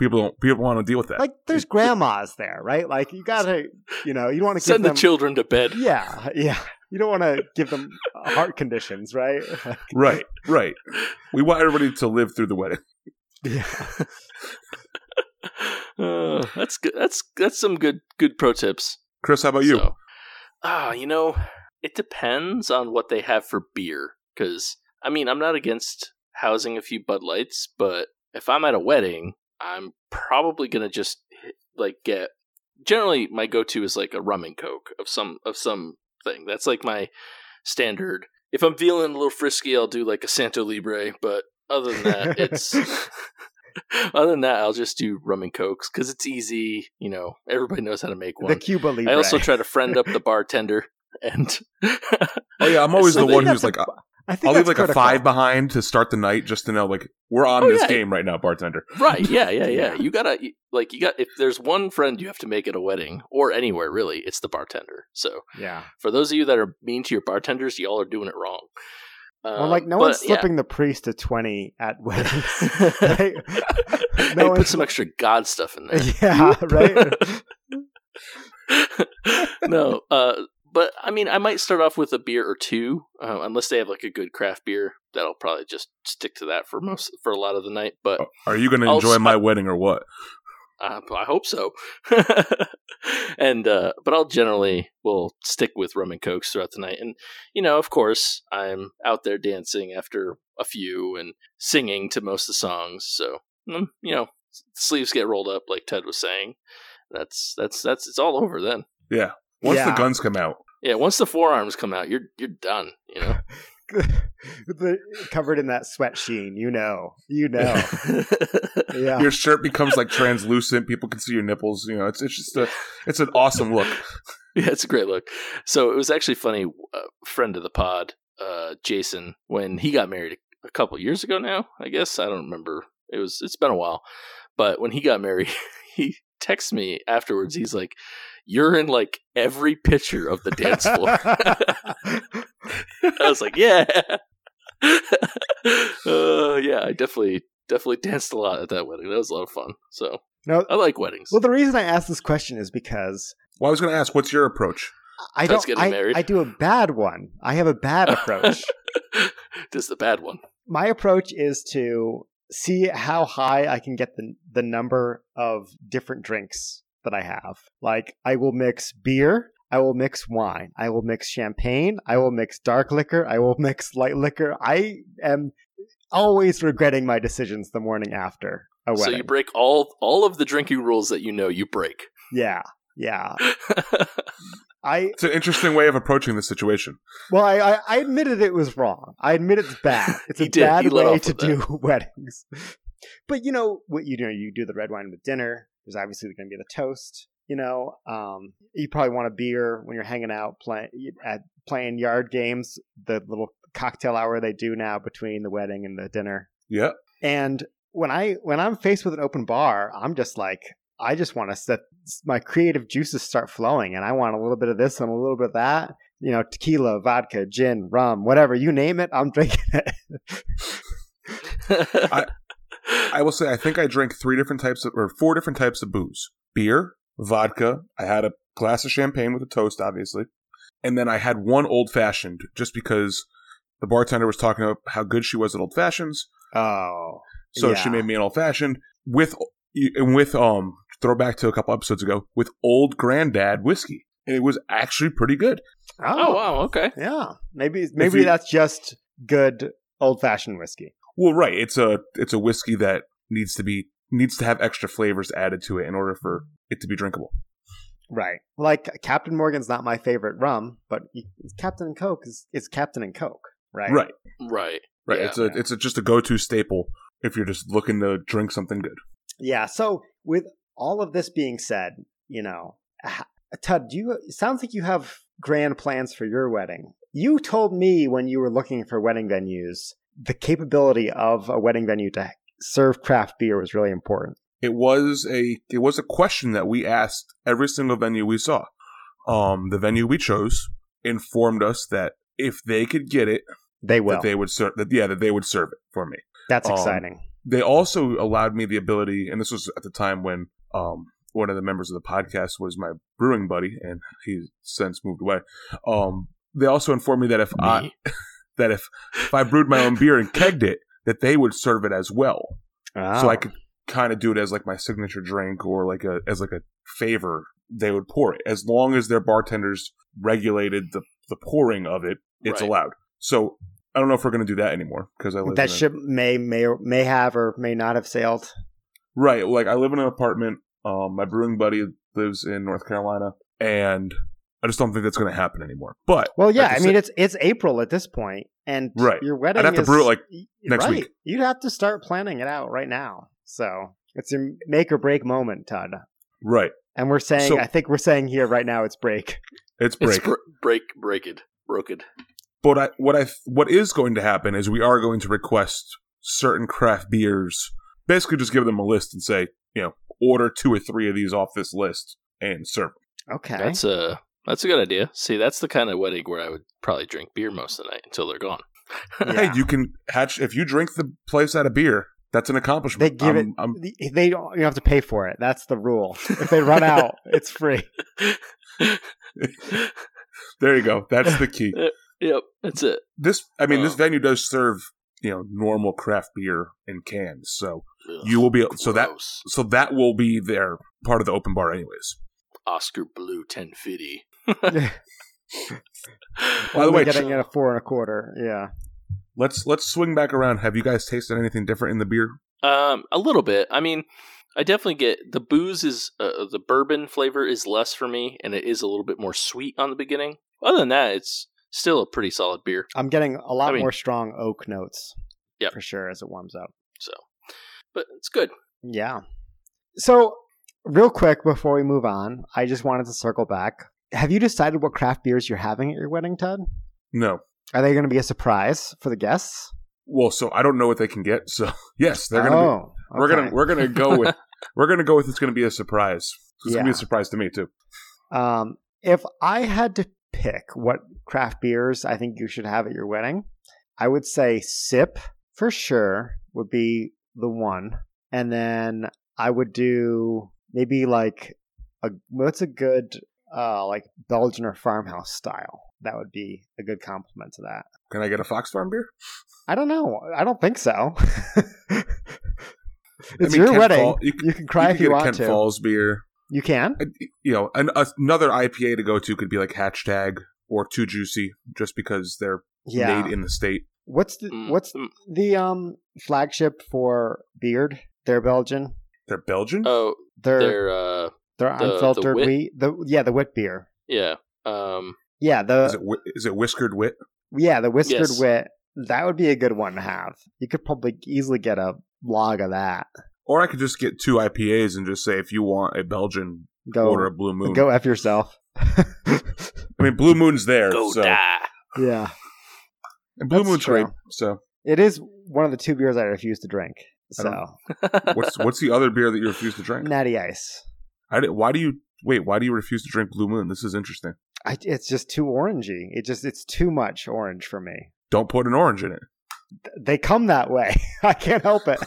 [SPEAKER 2] people don't people want to deal with that.
[SPEAKER 3] Like there's grandmas there, right? Like you gotta, you know, you don't want to
[SPEAKER 1] Send
[SPEAKER 3] give
[SPEAKER 1] the
[SPEAKER 3] them.
[SPEAKER 1] children to bed.
[SPEAKER 3] yeah, yeah. You don't want to give them heart conditions, right?
[SPEAKER 2] right. Right. We want everybody to live through the wedding.
[SPEAKER 3] yeah.
[SPEAKER 1] Uh, that's good. That's that's some good good pro tips.
[SPEAKER 2] Chris, how about you?
[SPEAKER 1] So- ah, you know, it depends on what they have for beer. Because I mean, I'm not against housing a few Bud Lights, but if I'm at a wedding, I'm probably gonna just like get. Generally, my go-to is like a rum and coke of some of some thing. That's like my standard. If I'm feeling a little frisky, I'll do like a Santo Libre. But other than that, it's other than that, I'll just do rum and cokes because it's easy. You know, everybody knows how to make one.
[SPEAKER 3] The Cuba Libre.
[SPEAKER 1] I also try to friend up the bartender. and
[SPEAKER 2] Oh yeah, I'm always
[SPEAKER 1] So
[SPEAKER 2] the
[SPEAKER 1] they
[SPEAKER 2] one
[SPEAKER 3] have
[SPEAKER 2] who's
[SPEAKER 3] to
[SPEAKER 2] like, uh,
[SPEAKER 3] bu- I think
[SPEAKER 2] I'll leave
[SPEAKER 3] that's
[SPEAKER 2] like
[SPEAKER 3] critical.
[SPEAKER 2] a five behind to start the night just to know like we're on
[SPEAKER 1] Oh,
[SPEAKER 2] this
[SPEAKER 1] yeah.
[SPEAKER 2] game right now, bartender.
[SPEAKER 1] right yeah yeah yeah
[SPEAKER 3] Yeah.
[SPEAKER 1] you gotta like you got if there's one friend you have to make at a wedding or anywhere really it's the bartender so
[SPEAKER 3] Yeah.
[SPEAKER 1] for those of you that are mean to your bartenders y'all are doing it wrong uh,
[SPEAKER 3] Well, like no
[SPEAKER 1] but,
[SPEAKER 3] one's
[SPEAKER 1] yeah.
[SPEAKER 3] slipping the priest to twenty at weddings.
[SPEAKER 1] hey,
[SPEAKER 3] right? No
[SPEAKER 1] put
[SPEAKER 3] one's-
[SPEAKER 1] some extra god stuff in there
[SPEAKER 3] yeah, right.
[SPEAKER 1] no, uh, but I mean, I might start off with a beer or two, uh, unless they have like a good craft beer. That'll probably just stick to that for most for a lot of the night. But
[SPEAKER 2] Are you going to
[SPEAKER 1] I'll
[SPEAKER 2] enjoy
[SPEAKER 1] s-
[SPEAKER 2] my wedding or what?
[SPEAKER 1] uh, I hope so. and uh, but I'll generally will stick with rum and cokes throughout the night. And you know, of course, I'm out there dancing after a few and singing to most of the songs. So mm, you know, sleeves get rolled up, like Ted was saying. That's that's that's it's all over then.
[SPEAKER 2] Once the
[SPEAKER 3] Yeah.
[SPEAKER 2] guns come out,
[SPEAKER 1] Yeah, once the forearms come out, you're you're done. You know.
[SPEAKER 3] The- covered in that sweat sheen, you know, you know. Yeah,
[SPEAKER 2] your shirt becomes like translucent. People can see your nipples. You know, it's it's just a it's an awesome look.
[SPEAKER 1] yeah, it's a great look. So it was actually funny. A friend of the pod, uh, Jason, when he got married a couple years ago now, I guess I don't remember. It was it's been a while, but when he got married, he texts me afterwards. He's like, "You're in like every picture of the dance floor." I was like, "Yeah." uh, yeah, I definitely definitely danced a lot at that wedding. That was a lot of fun. So
[SPEAKER 3] No,
[SPEAKER 1] I like weddings.
[SPEAKER 3] well, the reason I asked this question is because
[SPEAKER 2] Well, I was going to ask, what's your approach?
[SPEAKER 3] I
[SPEAKER 1] That's
[SPEAKER 3] don't.
[SPEAKER 1] getting
[SPEAKER 3] I,
[SPEAKER 1] married.
[SPEAKER 3] I do a bad one. I have a bad approach.
[SPEAKER 1] this is the bad one.
[SPEAKER 3] my approach is to see how high I can get the the number of different drinks that I have. Like I will mix beer, I will mix wine, I will mix champagne, I will mix dark liquor, I will mix light liquor. I am always regretting my decisions the morning after a
[SPEAKER 1] So
[SPEAKER 3] wedding.
[SPEAKER 1] you break all all of the drinking rules that you know you break.
[SPEAKER 3] yeah. Yeah. I
[SPEAKER 2] It's an interesting way of approaching the situation.
[SPEAKER 3] well I, I, I admitted it was wrong. I admit it's bad. It's
[SPEAKER 1] He
[SPEAKER 3] a
[SPEAKER 1] did. He
[SPEAKER 3] bad
[SPEAKER 1] let
[SPEAKER 3] way
[SPEAKER 1] off
[SPEAKER 3] to
[SPEAKER 1] with
[SPEAKER 3] do weddings. But you know what you do you do the red wine with dinner. There's obviously going to be the toast, you know. Um, you probably want a beer when you're hanging out playing at playing yard games, the little cocktail hour they do now between the wedding and the dinner.
[SPEAKER 2] Yeah,
[SPEAKER 3] And when I when I'm faced with an open bar, I'm just like I just want to set my creative juices start flowing, and I want a little bit of this and a little bit of that. You know, tequila, vodka, gin, rum, whatever you name it, I'm drinking it.
[SPEAKER 2] I will say I think I drank three different types of or four different types of booze: beer, vodka. I had a glass of champagne with a toast, obviously, and then I had one old fashioned just because the bartender was talking about how good she was at old fashions.
[SPEAKER 3] Oh,
[SPEAKER 2] So
[SPEAKER 3] Yeah.
[SPEAKER 2] she made me an old fashioned with and with um throwback to a couple episodes ago with old granddad whiskey, and it was actually pretty good.
[SPEAKER 1] oh wow, okay.
[SPEAKER 3] yeah. Maybe maybe
[SPEAKER 2] you-
[SPEAKER 3] that's just good old fashioned whiskey.
[SPEAKER 2] Well, right, it's a it's a whiskey that needs to be needs to have extra flavors added to it in order for it to be drinkable.
[SPEAKER 3] Right. Like Captain Morgan's not my favorite rum, but y- Captain and Coke is, is Captain and Coke, right?
[SPEAKER 2] Right,
[SPEAKER 1] Right.
[SPEAKER 2] right.
[SPEAKER 1] Yeah.
[SPEAKER 2] it's a it's a, just a go to staple if you're just looking to drink something good.
[SPEAKER 3] Yeah. So with all of this being said, you know, h- Todd, do you it sounds like you have grand plans for your wedding. You told me when you were looking for wedding venues, the capability of a wedding venue to serve craft beer was really important.
[SPEAKER 2] It was a it was a question that we asked every single venue we saw. Um, the venue we chose informed us that if they could get it,
[SPEAKER 3] They will.
[SPEAKER 2] that they would serve that yeah that they would serve it for me.
[SPEAKER 3] That's
[SPEAKER 2] um,
[SPEAKER 3] exciting.
[SPEAKER 2] They also allowed me the ability, and this was at the time when um, one of the members of the podcast was my brewing buddy, and he's since moved away. Um, they also informed me that if I
[SPEAKER 1] Me.
[SPEAKER 2] that if, if I brewed my own beer and kegged it, that they would serve it as well, so
[SPEAKER 3] Ah, Oh.
[SPEAKER 2] I could kind of do it as like my signature drink or like a as like a favor. They would pour it as long as their bartenders regulated the the pouring of it. It's
[SPEAKER 1] Right.
[SPEAKER 2] allowed. So I don't know if we're going to do that anymore because I live
[SPEAKER 3] that
[SPEAKER 2] in a-
[SPEAKER 3] ship may may or may have or may not have sailed.
[SPEAKER 2] Right. Like I live in an apartment. Um, my brewing buddy lives in North Carolina, and I just don't think that's going to happen anymore. But
[SPEAKER 3] Well, yeah,
[SPEAKER 2] Like I
[SPEAKER 3] I mean it's it's April at this point, and
[SPEAKER 2] Right.
[SPEAKER 3] your wedding.
[SPEAKER 2] I'd have to
[SPEAKER 3] is-
[SPEAKER 2] brew it, like, next
[SPEAKER 3] right.
[SPEAKER 2] week.
[SPEAKER 3] You'd have to start planning it out right now. So it's your make or break moment, Todd.
[SPEAKER 2] right,
[SPEAKER 3] And we're saying,
[SPEAKER 2] So-
[SPEAKER 3] I think we're saying here right now, it's break.
[SPEAKER 2] It's break.
[SPEAKER 1] It's br- break, breaked, broken.
[SPEAKER 2] but I, what I what is going to happen is we are going to request certain craft beers. Basically, just give them a list and say, you know, order two or three of these off this list and serve.
[SPEAKER 3] Okay.
[SPEAKER 1] That's a that's a good idea. See, that's the kind of wedding where I would probably drink beer most of the night until they're gone.
[SPEAKER 2] them.
[SPEAKER 3] Yeah.
[SPEAKER 2] Hey, you can hatch if you drink the place out of beer. That's an accomplishment.
[SPEAKER 3] They give
[SPEAKER 2] I'm-
[SPEAKER 3] it-
[SPEAKER 2] I'm-
[SPEAKER 3] They- they don't you have to pay for it. That's the rule. If they run out, it's free.
[SPEAKER 2] there you go. That's the key.
[SPEAKER 1] Yep, that's it.
[SPEAKER 2] This, I mean, this
[SPEAKER 1] Oh.
[SPEAKER 2] venue does serve you know normal craft beer in cans, so
[SPEAKER 1] Ugh,
[SPEAKER 2] you will be so that
[SPEAKER 1] gross.
[SPEAKER 2] so that will be their part of the open bar, anyways.
[SPEAKER 1] Oscar Blue ten fifty.
[SPEAKER 2] By the
[SPEAKER 3] Only
[SPEAKER 2] way,
[SPEAKER 3] getting it a four and a quarter. Yeah.
[SPEAKER 2] Let's let's swing back around. Have you guys tasted anything different in the beer?
[SPEAKER 1] Um, a little bit. I mean, I definitely get the booze is uh, the bourbon flavor is less for me, and it is a little bit more sweet on the beginning. Other than that, it's still a pretty solid beer.
[SPEAKER 3] I'm getting a lot
[SPEAKER 1] I mean-
[SPEAKER 3] more strong oak notes.
[SPEAKER 1] Yep.
[SPEAKER 3] For sure as it warms up.
[SPEAKER 1] But it's good.
[SPEAKER 3] Yeah. So, real quick before we move on, I just wanted to circle back. Have you decided what craft beers you're having at your wedding, Ted?
[SPEAKER 2] No.
[SPEAKER 3] Are they going to be a surprise for the guests?
[SPEAKER 2] Well, so I don't know what they can get. So yes, they're gonna. Be,
[SPEAKER 3] oh,
[SPEAKER 2] We're gonna
[SPEAKER 3] okay.
[SPEAKER 2] we're gonna go with we're gonna go with it's gonna be a surprise. It's gonna be
[SPEAKER 3] Yeah.
[SPEAKER 2] a surprise to me too.
[SPEAKER 3] Um, if I had to pick what craft beers I think you should have at your wedding, I would say Sip for sure would be the one, and then I would do maybe like a what's a good uh like Belgian or farmhouse style. That would be a good compliment to that.
[SPEAKER 2] Can I get a Fox Farm beer?
[SPEAKER 3] I don't know. I don't think so. it's
[SPEAKER 2] mean,
[SPEAKER 3] your
[SPEAKER 2] Kent
[SPEAKER 3] wedding.
[SPEAKER 2] Fall-
[SPEAKER 3] you,
[SPEAKER 2] you
[SPEAKER 3] can,
[SPEAKER 2] can-
[SPEAKER 3] cry
[SPEAKER 2] can
[SPEAKER 3] if you
[SPEAKER 2] get a
[SPEAKER 3] want
[SPEAKER 2] Kent
[SPEAKER 3] to.
[SPEAKER 2] Falls beer.
[SPEAKER 3] You can.
[SPEAKER 2] I- You know, an, another IPA to go to could be like Hashtag or Too Juicy, just because they're
[SPEAKER 3] Yeah.
[SPEAKER 2] made in the state.
[SPEAKER 3] what's the
[SPEAKER 1] Mm,
[SPEAKER 3] what's
[SPEAKER 1] mm.
[SPEAKER 3] the um flagship for Beard. They're Belgian.
[SPEAKER 2] They're Belgian.
[SPEAKER 1] Oh,
[SPEAKER 3] They're they're,
[SPEAKER 1] they're uh, the
[SPEAKER 3] unfiltered
[SPEAKER 1] wit?
[SPEAKER 3] wheat. The yeah, the wit beer.
[SPEAKER 1] yeah. Um,
[SPEAKER 3] Yeah, the
[SPEAKER 2] is it whi- is it Whiskered Wit?
[SPEAKER 3] yeah the whiskered
[SPEAKER 1] Yes.
[SPEAKER 3] wit. That would be a good one to have. You could probably easily get a log of that.
[SPEAKER 2] Or I could just get two IPAs and just say if you want a Belgian,
[SPEAKER 3] Go
[SPEAKER 2] order a Blue Moon.
[SPEAKER 3] go f yourself.
[SPEAKER 2] I mean, Blue Moon's there.
[SPEAKER 1] go
[SPEAKER 2] so.
[SPEAKER 1] die.
[SPEAKER 3] yeah,
[SPEAKER 2] And Blue
[SPEAKER 3] That's
[SPEAKER 2] Moon's
[SPEAKER 3] true.
[SPEAKER 2] great. So
[SPEAKER 3] it is one of the two beers I refuse to drink.
[SPEAKER 2] I
[SPEAKER 3] So
[SPEAKER 2] what's what's the other beer that you refuse to drink?
[SPEAKER 3] natty ice.
[SPEAKER 2] I did, why do you wait? Why do you refuse to drink Blue Moon? This is interesting.
[SPEAKER 3] I, it's just too orangey. It just it's too much orange for me.
[SPEAKER 2] Don't put an orange in it.
[SPEAKER 3] Th- They come that way. I can't help it.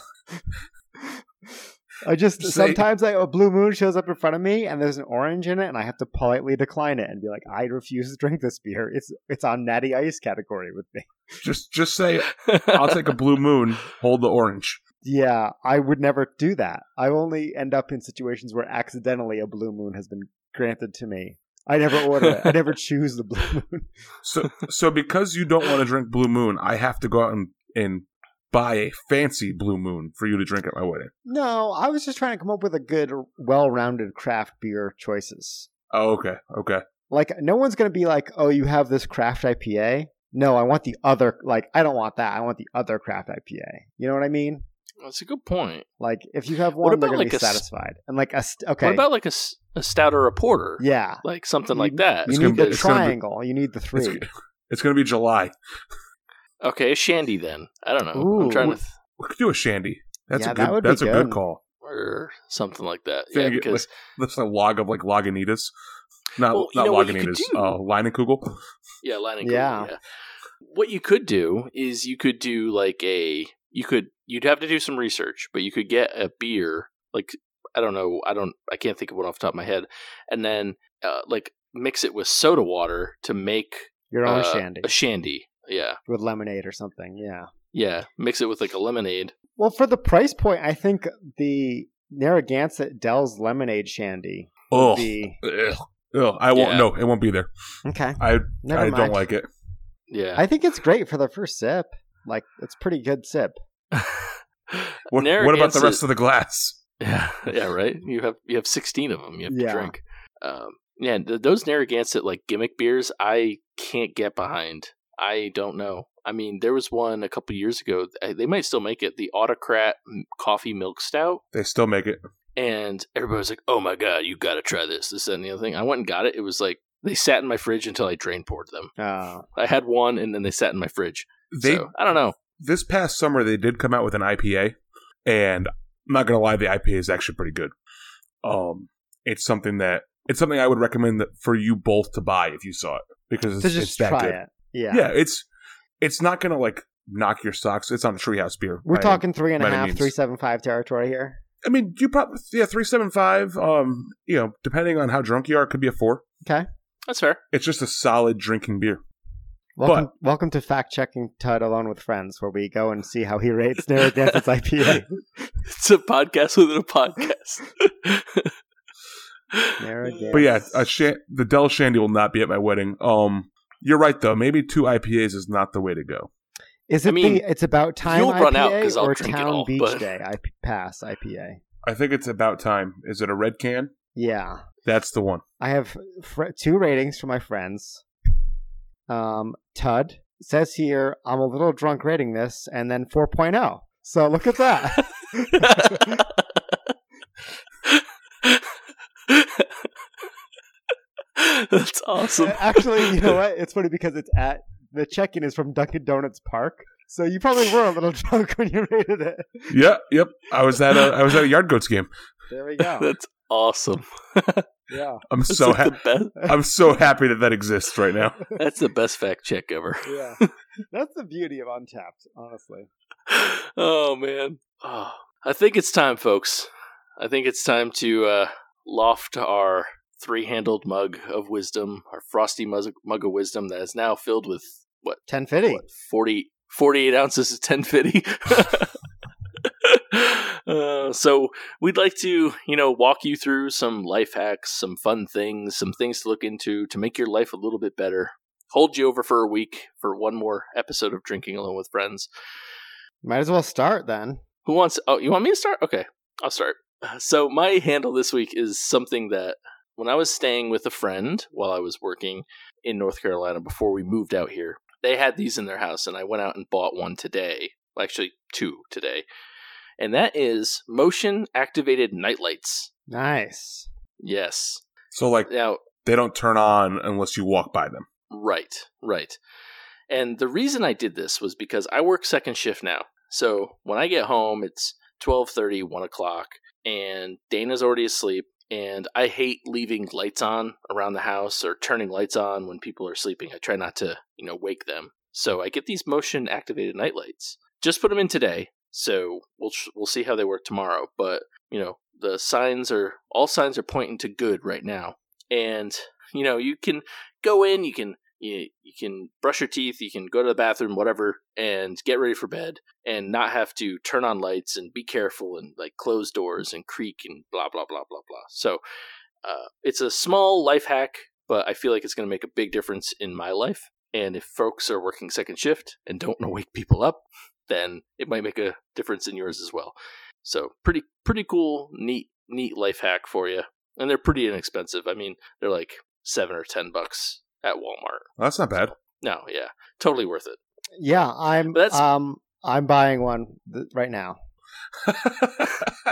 [SPEAKER 3] I just
[SPEAKER 2] Say-
[SPEAKER 3] sometimes I, a blue moon shows up in front of me and there's an orange in it and I have to politely decline it and be like, I refuse to drink this beer. It's it's on natty ice category with me.
[SPEAKER 2] Just just say I'll take a Blue Moon. Hold the orange.
[SPEAKER 3] Yeah, I would never do that. I only end up in situations where accidentally a blue moon has been granted to me. I never order it. I never choose the blue moon.
[SPEAKER 2] So so because you don't want to drink Blue Moon, I have to go out and and buy a fancy Blue Moon for you to drink at my wedding.
[SPEAKER 3] No, I was just trying to come up with a good, well-rounded craft beer choices.
[SPEAKER 2] Oh, okay, okay.
[SPEAKER 3] Like, no one's going to be like, "Oh, you have this craft IPA." No, I want the other. Like, I don't want that. I want the other craft IPA. You know what I mean?
[SPEAKER 1] That's a good point.
[SPEAKER 3] Like, if you have
[SPEAKER 1] What
[SPEAKER 3] one, they're
[SPEAKER 1] about
[SPEAKER 3] going to
[SPEAKER 1] like
[SPEAKER 3] be
[SPEAKER 1] a s-
[SPEAKER 3] satisfied. And like a st- okay,
[SPEAKER 1] What about like a, s- a stout or a porter?
[SPEAKER 3] yeah,
[SPEAKER 1] like something
[SPEAKER 2] Mm-hmm.
[SPEAKER 3] You-
[SPEAKER 1] like that.
[SPEAKER 3] you
[SPEAKER 2] It's
[SPEAKER 3] need
[SPEAKER 2] gonna be-
[SPEAKER 3] the
[SPEAKER 2] it's gonna be-
[SPEAKER 3] triangle. you need the three.
[SPEAKER 2] It's, it's gonna be July.
[SPEAKER 1] Okay, a shandy then. I don't know.
[SPEAKER 3] Ooh.
[SPEAKER 1] I'm trying to th-
[SPEAKER 2] We could do a shandy. That's
[SPEAKER 3] Yeah,
[SPEAKER 2] a good.
[SPEAKER 3] that would be
[SPEAKER 2] that's a good
[SPEAKER 3] good.
[SPEAKER 2] call.
[SPEAKER 1] or something like that.
[SPEAKER 2] Yeah,
[SPEAKER 1] Yeah,
[SPEAKER 2] you-
[SPEAKER 1] because
[SPEAKER 2] That's a log of like Lagunitas, not
[SPEAKER 1] Well, you
[SPEAKER 2] not
[SPEAKER 1] know what you could
[SPEAKER 2] Lagunitas.
[SPEAKER 1] do?
[SPEAKER 2] Uh, Leinenkugel.
[SPEAKER 1] yeah, line and
[SPEAKER 3] Yeah.
[SPEAKER 1] yeah. yeah. What you could do is you could do like a you could you'd have to do some research, but you could get a beer like I don't know, I don't I can't think of one off the top of my head, and then uh, like mix it with soda water to make
[SPEAKER 3] Your own
[SPEAKER 1] uh,
[SPEAKER 3] shandy
[SPEAKER 1] a shandy. Yeah,
[SPEAKER 3] with lemonade or something. Yeah.
[SPEAKER 1] yeah. Mix it with like a lemonade.
[SPEAKER 3] Well, for the price point, I think the Narragansett Dell's lemonade shandy.
[SPEAKER 2] Oh,
[SPEAKER 3] The,
[SPEAKER 2] Ugh. Ugh. I won't.
[SPEAKER 1] Yeah.
[SPEAKER 2] No, it won't be there.
[SPEAKER 3] okay,
[SPEAKER 2] I
[SPEAKER 3] never
[SPEAKER 2] I
[SPEAKER 3] mind.
[SPEAKER 2] don't like it.
[SPEAKER 1] Yeah.
[SPEAKER 3] I think it's great for the first sip. Like it's pretty good sip.
[SPEAKER 2] What, what about the rest of the glass?
[SPEAKER 1] Yeah, yeah, right. You have you have sixteen of them. You have
[SPEAKER 3] Yeah.
[SPEAKER 1] to drink. Um, yeah, th- those Narragansett like gimmick beers, I can't get behind. I don't know. I mean, there was one a couple years ago. I- They might still make it. The Autocrat m- Coffee Milk Stout,
[SPEAKER 2] They still make it.
[SPEAKER 1] and everybody was like, "Oh my god, you got to try this!" This that, and the other thing. I went and got it. It was like They sat in my fridge until I drain poured them.
[SPEAKER 3] Uh,
[SPEAKER 1] I had one, and then they sat in my fridge.
[SPEAKER 2] They
[SPEAKER 1] so, I don't know.
[SPEAKER 2] this past summer they did come out with an IPA, and I'm not gonna lie, the IPA is actually pretty good. Um, it's something that it's something I would recommend that for you both to buy if you saw it because it's,
[SPEAKER 3] to
[SPEAKER 2] it's
[SPEAKER 3] just
[SPEAKER 2] that
[SPEAKER 3] try
[SPEAKER 2] good.
[SPEAKER 3] it. Yeah.
[SPEAKER 2] Yeah. it's it's not gonna like knock your socks. It's not a treehouse beer.
[SPEAKER 3] We're
[SPEAKER 2] by any-
[SPEAKER 3] talking three and a
[SPEAKER 2] by any
[SPEAKER 3] half,
[SPEAKER 2] means.
[SPEAKER 3] three seven five territory here.
[SPEAKER 2] I mean, you probably yeah three seven five. Um, you know, depending on how drunk you are, it could be a four.
[SPEAKER 1] That's fair.
[SPEAKER 2] It's just a solid drinking beer.
[SPEAKER 3] Welcome, welcome to fact checking Todd alone with friends, where we go and see how he rates Narragansett's IPA.
[SPEAKER 1] It's a podcast within a podcast.
[SPEAKER 3] Narragansett.
[SPEAKER 2] But yeah, a sha- the Del Shandy will not be at my wedding. Um, you're right though. Maybe two IPAs is not the way to go.
[SPEAKER 3] Is it
[SPEAKER 1] I mean,
[SPEAKER 3] the It's About Time
[SPEAKER 1] you'll
[SPEAKER 3] IPA
[SPEAKER 1] run out 'cause I'll
[SPEAKER 3] or
[SPEAKER 1] drink it
[SPEAKER 3] Town
[SPEAKER 1] all,
[SPEAKER 3] Beach
[SPEAKER 1] but-
[SPEAKER 3] Day I Pass IPA?
[SPEAKER 2] I think it's about time. Is it a red can?
[SPEAKER 3] Yeah,
[SPEAKER 2] That's the one.
[SPEAKER 3] I have fr- two ratings from my friends. Um, Tud says here, I'm a little drunk rating this, and then 4.0. So look at that.
[SPEAKER 1] That's awesome.
[SPEAKER 3] Actually, you know what? It's funny because it's at the check in is from Dunkin' Donuts Park. So you probably were a little drunk when you rated it.
[SPEAKER 2] Yeah, yep. I was at a I was at a Yard Goats game.
[SPEAKER 3] There we go.
[SPEAKER 1] That's awesome.
[SPEAKER 3] Yeah.
[SPEAKER 2] I'm
[SPEAKER 1] That's
[SPEAKER 2] so
[SPEAKER 1] like
[SPEAKER 2] ha-
[SPEAKER 1] the best.
[SPEAKER 2] I'm so happy that that exists right now.
[SPEAKER 1] That's the best fact check ever.
[SPEAKER 3] Yeah. That's the beauty of Untapped, honestly.
[SPEAKER 1] Oh man. Oh, I think it's time, folks. I think it's time to uh, loft our three-handled mug of wisdom, our frosty muzz- mug of wisdom that is now filled with what
[SPEAKER 3] 1050.
[SPEAKER 1] what, 40, 48 ounces of 1050. uh, so we'd like to, you know, walk you through some life hacks, some fun things, some things to look into to make your life a little bit better. Hold you over for a week for one more episode of Drinking Alone with Friends.
[SPEAKER 3] Might as well start then.
[SPEAKER 1] Who wants? Oh, you want me to start? Okay, I'll start. Uh, So my handle this week is something that when I was staying with a friend while I was working in North Carolina before we moved out here, they had these in their house, and I went out and bought one today. Actually, two today, and that is motion activated nightlights.
[SPEAKER 3] Nice.
[SPEAKER 1] Yes.
[SPEAKER 2] So like
[SPEAKER 1] Now
[SPEAKER 2] they don't turn on unless you walk by them.
[SPEAKER 1] Right, right. And the reason I did this was because I work second shift now. So when I get home, it's 12.30, 1 o'clock, and Dana's already asleep. And I hate leaving lights on around the house or turning lights on when people are sleeping. I try not to, you know, wake them. So I get these motion activated nightlights. Just put them in today. So we'll we'll see how they work tomorrow. But you know, the signs are all signs are pointing to good right now. And you know, you can go in, you can you, you can brush your teeth, you can go to the bathroom, whatever, and get ready for bed and not have to turn on lights and be careful and like close doors and creak and blah blah blah blah blah. So uh, it's a small life hack, but I feel like it's going to make a big difference in my life. And if folks are working second shift and don't want to wake people up, then it might make a difference in yours as well. So pretty pretty cool, neat neat life hack for you. And they're pretty inexpensive. I mean, they're like seven or ten bucks at Walmart.
[SPEAKER 2] Well, that's not bad.
[SPEAKER 1] No, yeah, totally worth it.
[SPEAKER 3] Yeah, I'm
[SPEAKER 1] But that's-
[SPEAKER 3] um I'm buying one th- right now.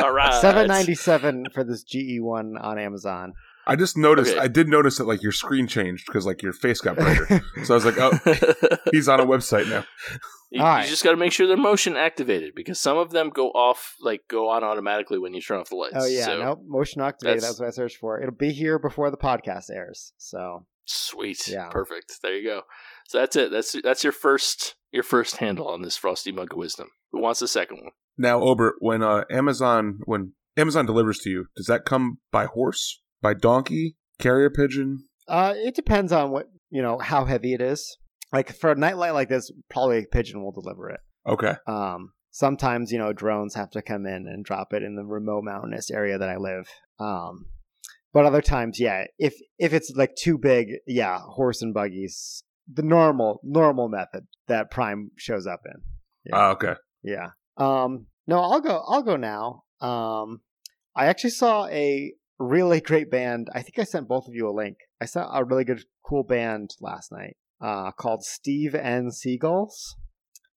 [SPEAKER 1] All right,
[SPEAKER 3] 797 for this GE1 on Amazon.
[SPEAKER 2] I just noticed.
[SPEAKER 1] Okay.
[SPEAKER 2] I did notice that like your screen changed because like your face got brighter. so I was like, oh,
[SPEAKER 1] you,
[SPEAKER 2] he's on a website now.
[SPEAKER 1] you
[SPEAKER 3] Alright.
[SPEAKER 1] just got to make sure they're motion activated because some of them go off, like go on automatically when you turn off the lights.
[SPEAKER 3] oh yeah,
[SPEAKER 1] So,
[SPEAKER 3] nope, motion activated.
[SPEAKER 1] that's-
[SPEAKER 3] That's what I searched for. It'll be here before the podcast airs. So
[SPEAKER 1] Sweet,
[SPEAKER 3] Yeah.
[SPEAKER 1] perfect. There you go. So that's it. That's that's your first your first handle on this frosty mug of wisdom. Who wants the second one?
[SPEAKER 2] Now, Obert, when uh, Amazon when Amazon delivers to you, does that come by horse, by donkey, carrier pigeon?
[SPEAKER 3] uh, it depends on what you know how heavy it is. Like for a nightlight like this, probably a pigeon will deliver it.
[SPEAKER 2] Okay,
[SPEAKER 3] Um, sometimes you know drones have to come in and drop it in the remote mountainous area that I live. Um, but other times, yeah, if if it's like too big, yeah, horse and buggies, the normal normal method that Prime shows up in. Yeah.
[SPEAKER 2] Ah, okay.
[SPEAKER 3] Yeah. Um, no, I'll go. I'll go now. Um, I actually saw a really great band. I think I sent both of you a link. I saw a really good, cool band last night uh, called Steve and Seagulls,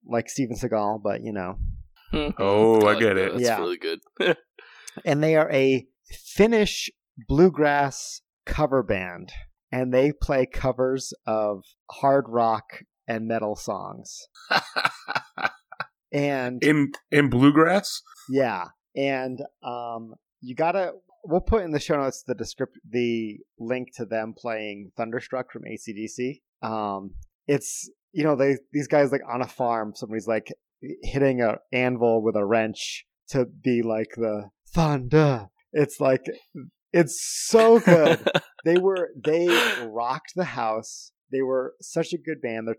[SPEAKER 3] like Steven Seagal, but you know.
[SPEAKER 2] Oh, I
[SPEAKER 1] Hmm. like
[SPEAKER 2] get
[SPEAKER 1] that.
[SPEAKER 2] it.
[SPEAKER 1] That's
[SPEAKER 3] Yeah.
[SPEAKER 1] really good.
[SPEAKER 3] And they are a Finnish bluegrass cover band, and they play covers of hard rock and metal songs. And
[SPEAKER 2] in in bluegrass.
[SPEAKER 3] yeah, and um, you gotta. We'll put in the show notes the descript the link to them playing Thunderstruck from ACDC. Um, it's you know they these guys like on a farm. Somebody's like hitting a anvil with a wrench to be like the thunder. It's like it's so good they were they rocked the house. They were such a good band. They're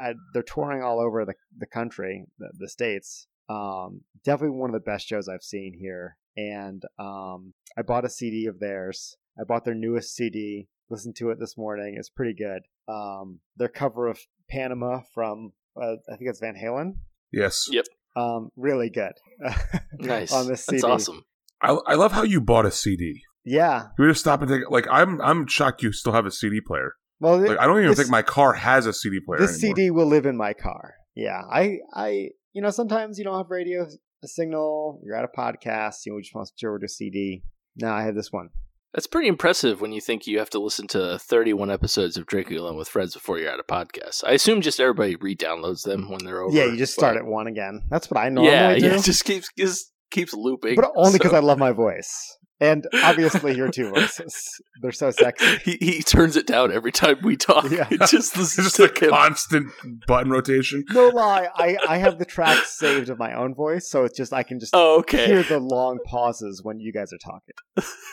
[SPEAKER 3] uh, they're touring all over the the country, the, the states. Um, definitely one of the best shows I've seen here. And um, I bought a CD of theirs. I bought their newest CD. Listened to it this morning. It's pretty good. Um, their cover of Panama from uh, I think it's Van Halen.
[SPEAKER 2] Yes.
[SPEAKER 1] Yeah.
[SPEAKER 3] Um, really good.
[SPEAKER 1] nice.
[SPEAKER 3] On this CD.
[SPEAKER 1] That's awesome.
[SPEAKER 2] I, I love how you bought a CD.
[SPEAKER 3] Yeah.
[SPEAKER 2] You just stop and take like I'm I'm shocked you still have a CD player.
[SPEAKER 3] Well,
[SPEAKER 2] Like I don't even
[SPEAKER 3] This-
[SPEAKER 2] think my car has a CD player
[SPEAKER 3] this
[SPEAKER 2] anymore.
[SPEAKER 3] CD will live in my car. Yeah, I, I, you know, sometimes you don't have radio signal. You're at a podcast. You just want to order a CD. Now I have this one.
[SPEAKER 1] That's pretty impressive when you think you have to listen to 31 episodes of Drinking Alone with Friends before you're at a podcast. I assume just everybody re-downloads them when they're over.
[SPEAKER 3] yeah, you just start
[SPEAKER 1] but-
[SPEAKER 3] at one again. That's what I normally
[SPEAKER 1] yeah,
[SPEAKER 3] do.
[SPEAKER 1] yeah, it just keeps just keeps looping.
[SPEAKER 3] but only because
[SPEAKER 1] so-
[SPEAKER 3] I love my voice, and obviously your two voices. They're so sexy.
[SPEAKER 1] he, he turns it down every time we talk.
[SPEAKER 3] Yeah.
[SPEAKER 1] It just
[SPEAKER 2] It's
[SPEAKER 1] listens
[SPEAKER 2] just
[SPEAKER 1] to
[SPEAKER 2] a
[SPEAKER 1] him.
[SPEAKER 2] constant button rotation.
[SPEAKER 3] No lie, I, I have the tracks saved of my own voice, so it's just I can just
[SPEAKER 1] Oh, okay.
[SPEAKER 3] hear the long pauses when you guys are talking.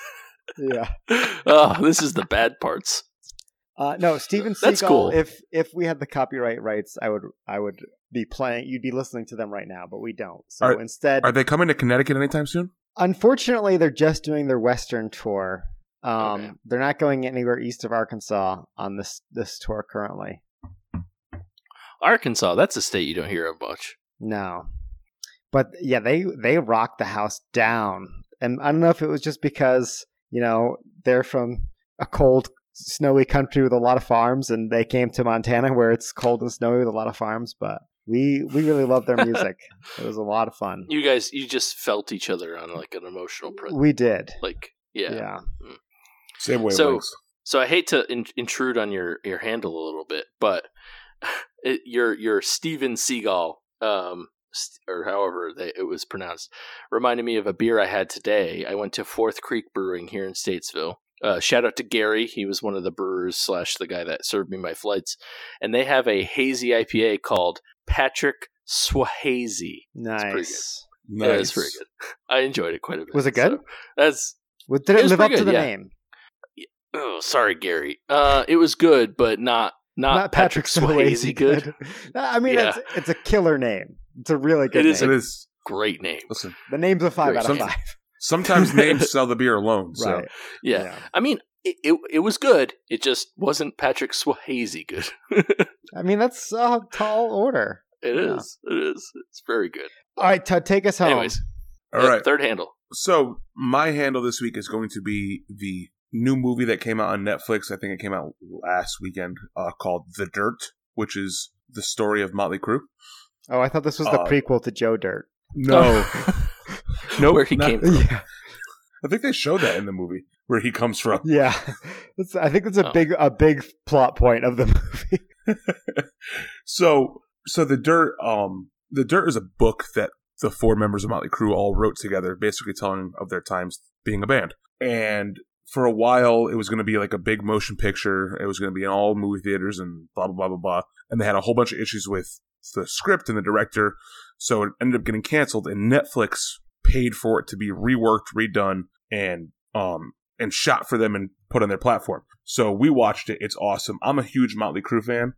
[SPEAKER 3] Yeah.
[SPEAKER 1] oh, this is the bad parts.
[SPEAKER 3] Uh, no, Steven Seagal.
[SPEAKER 1] That's cool.
[SPEAKER 3] If if we had the copyright rights, I would I would be playing. You'd be listening to them right now, but we don't. So
[SPEAKER 2] Are-
[SPEAKER 3] instead,
[SPEAKER 2] Are they coming to Connecticut anytime soon?
[SPEAKER 3] unfortunately, they're just doing their Western tour. Um,
[SPEAKER 1] Okay.
[SPEAKER 3] They're not going anywhere east of Arkansas on this this tour currently.
[SPEAKER 1] Arkansas, that's a state you don't hear of much.
[SPEAKER 3] No, but yeah, they they rocked the house down, and I don't know if it was just because you know they're from a cold, snowy country with a lot of farms, and they came to Montana where it's cold and snowy with a lot of farms. But we we really love their music. it was a lot of fun.
[SPEAKER 1] You guys, you just felt each other on like an emotional print.
[SPEAKER 3] We did,
[SPEAKER 1] Like, yeah.
[SPEAKER 3] yeah.
[SPEAKER 2] Same way.
[SPEAKER 1] So- So I hate to in- intrude on your your handle a little bit, but it, your your Steven Seagal, um, st- or however they, it was pronounced, reminded me of a beer I had today. I went to Fourth Creek Brewing here in Statesville. Uh, shout out to Gary. He was one of the brewers slash the guy that served me my flights, and they have a hazy IPA called Patrick Swahazy. pretty good.
[SPEAKER 3] Nice.
[SPEAKER 1] Yeah, It was pretty good. I enjoyed it quite a bit.
[SPEAKER 3] Was it good?
[SPEAKER 1] so that's
[SPEAKER 3] Well, did
[SPEAKER 1] It
[SPEAKER 3] it,
[SPEAKER 1] was
[SPEAKER 3] live up
[SPEAKER 1] pretty
[SPEAKER 3] to
[SPEAKER 1] good,
[SPEAKER 3] the
[SPEAKER 1] yeah.
[SPEAKER 3] name?
[SPEAKER 1] oh sorry, Gary. Uh, it was good, but not not, Patrick, Swayze good.
[SPEAKER 3] I mean,
[SPEAKER 1] Yeah.
[SPEAKER 3] it's it's a killer name. It's a really good
[SPEAKER 1] It is
[SPEAKER 2] It
[SPEAKER 3] name.
[SPEAKER 2] is.
[SPEAKER 1] Great name.
[SPEAKER 2] Listen,
[SPEAKER 3] the name's a five
[SPEAKER 1] Great.
[SPEAKER 3] out of
[SPEAKER 2] Some-
[SPEAKER 3] five.
[SPEAKER 2] sometimes names sell the beer alone. So
[SPEAKER 3] Right.
[SPEAKER 1] Yeah, I mean, it, it it was good. It just wasn't Patrick Swayze good. it
[SPEAKER 3] I mean, that's a tall order. Yeah.
[SPEAKER 1] is. It is. It's very good.
[SPEAKER 3] All right, Todd, take us home.
[SPEAKER 1] Anyways,
[SPEAKER 2] Oh, all
[SPEAKER 1] yeah,
[SPEAKER 2] right.
[SPEAKER 1] Third handle.
[SPEAKER 2] So my handle this week is going to be the new movie that came out on Netflix. I think it came out last weekend uh, called The Dirt, which is the story of Motley Crue.
[SPEAKER 3] Oh, I thought this was the
[SPEAKER 2] Uh,
[SPEAKER 3] prequel to Joe Dirt.
[SPEAKER 2] No,
[SPEAKER 1] no, where he
[SPEAKER 2] not-
[SPEAKER 1] came from.
[SPEAKER 3] Yeah,
[SPEAKER 2] I think they showed that in the movie where he comes from.
[SPEAKER 3] yeah. That's- I think that's a
[SPEAKER 1] Oh.
[SPEAKER 3] big a big plot point of the movie.
[SPEAKER 2] So, so the dirt, um, the dirt is a book that the four members of Motley Crue all wrote together, basically telling of their times being a band. And for a while, it was going to be like a big motion picture. It was going to be in all movie theaters and blah blah blah blah blah. And they had a whole bunch of issues with the script and the director, so it ended up getting canceled. And Netflix paid for it to be reworked, redone, and um, and shot for them and put on their platform. So we watched it. It's awesome. I'm a huge Motley Crue fan.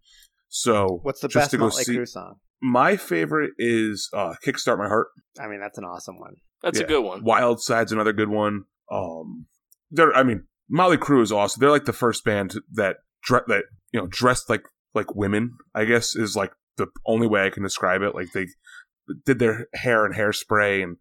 [SPEAKER 2] So
[SPEAKER 3] What's the
[SPEAKER 2] just
[SPEAKER 3] best
[SPEAKER 2] to go
[SPEAKER 3] Motley
[SPEAKER 2] see-
[SPEAKER 3] Crue song?
[SPEAKER 2] my favorite is uh, "Kickstart My Heart."
[SPEAKER 3] I mean, that's an awesome one.
[SPEAKER 1] That's
[SPEAKER 2] Yeah.
[SPEAKER 1] a good one.
[SPEAKER 2] "Wild Side's" another good one. Um, they're, I mean, Molly Crew is awesome. They're like the first band that dre- that you know dressed like like women. I guess is like the only way I can describe it. Like they did their hair and hairspray and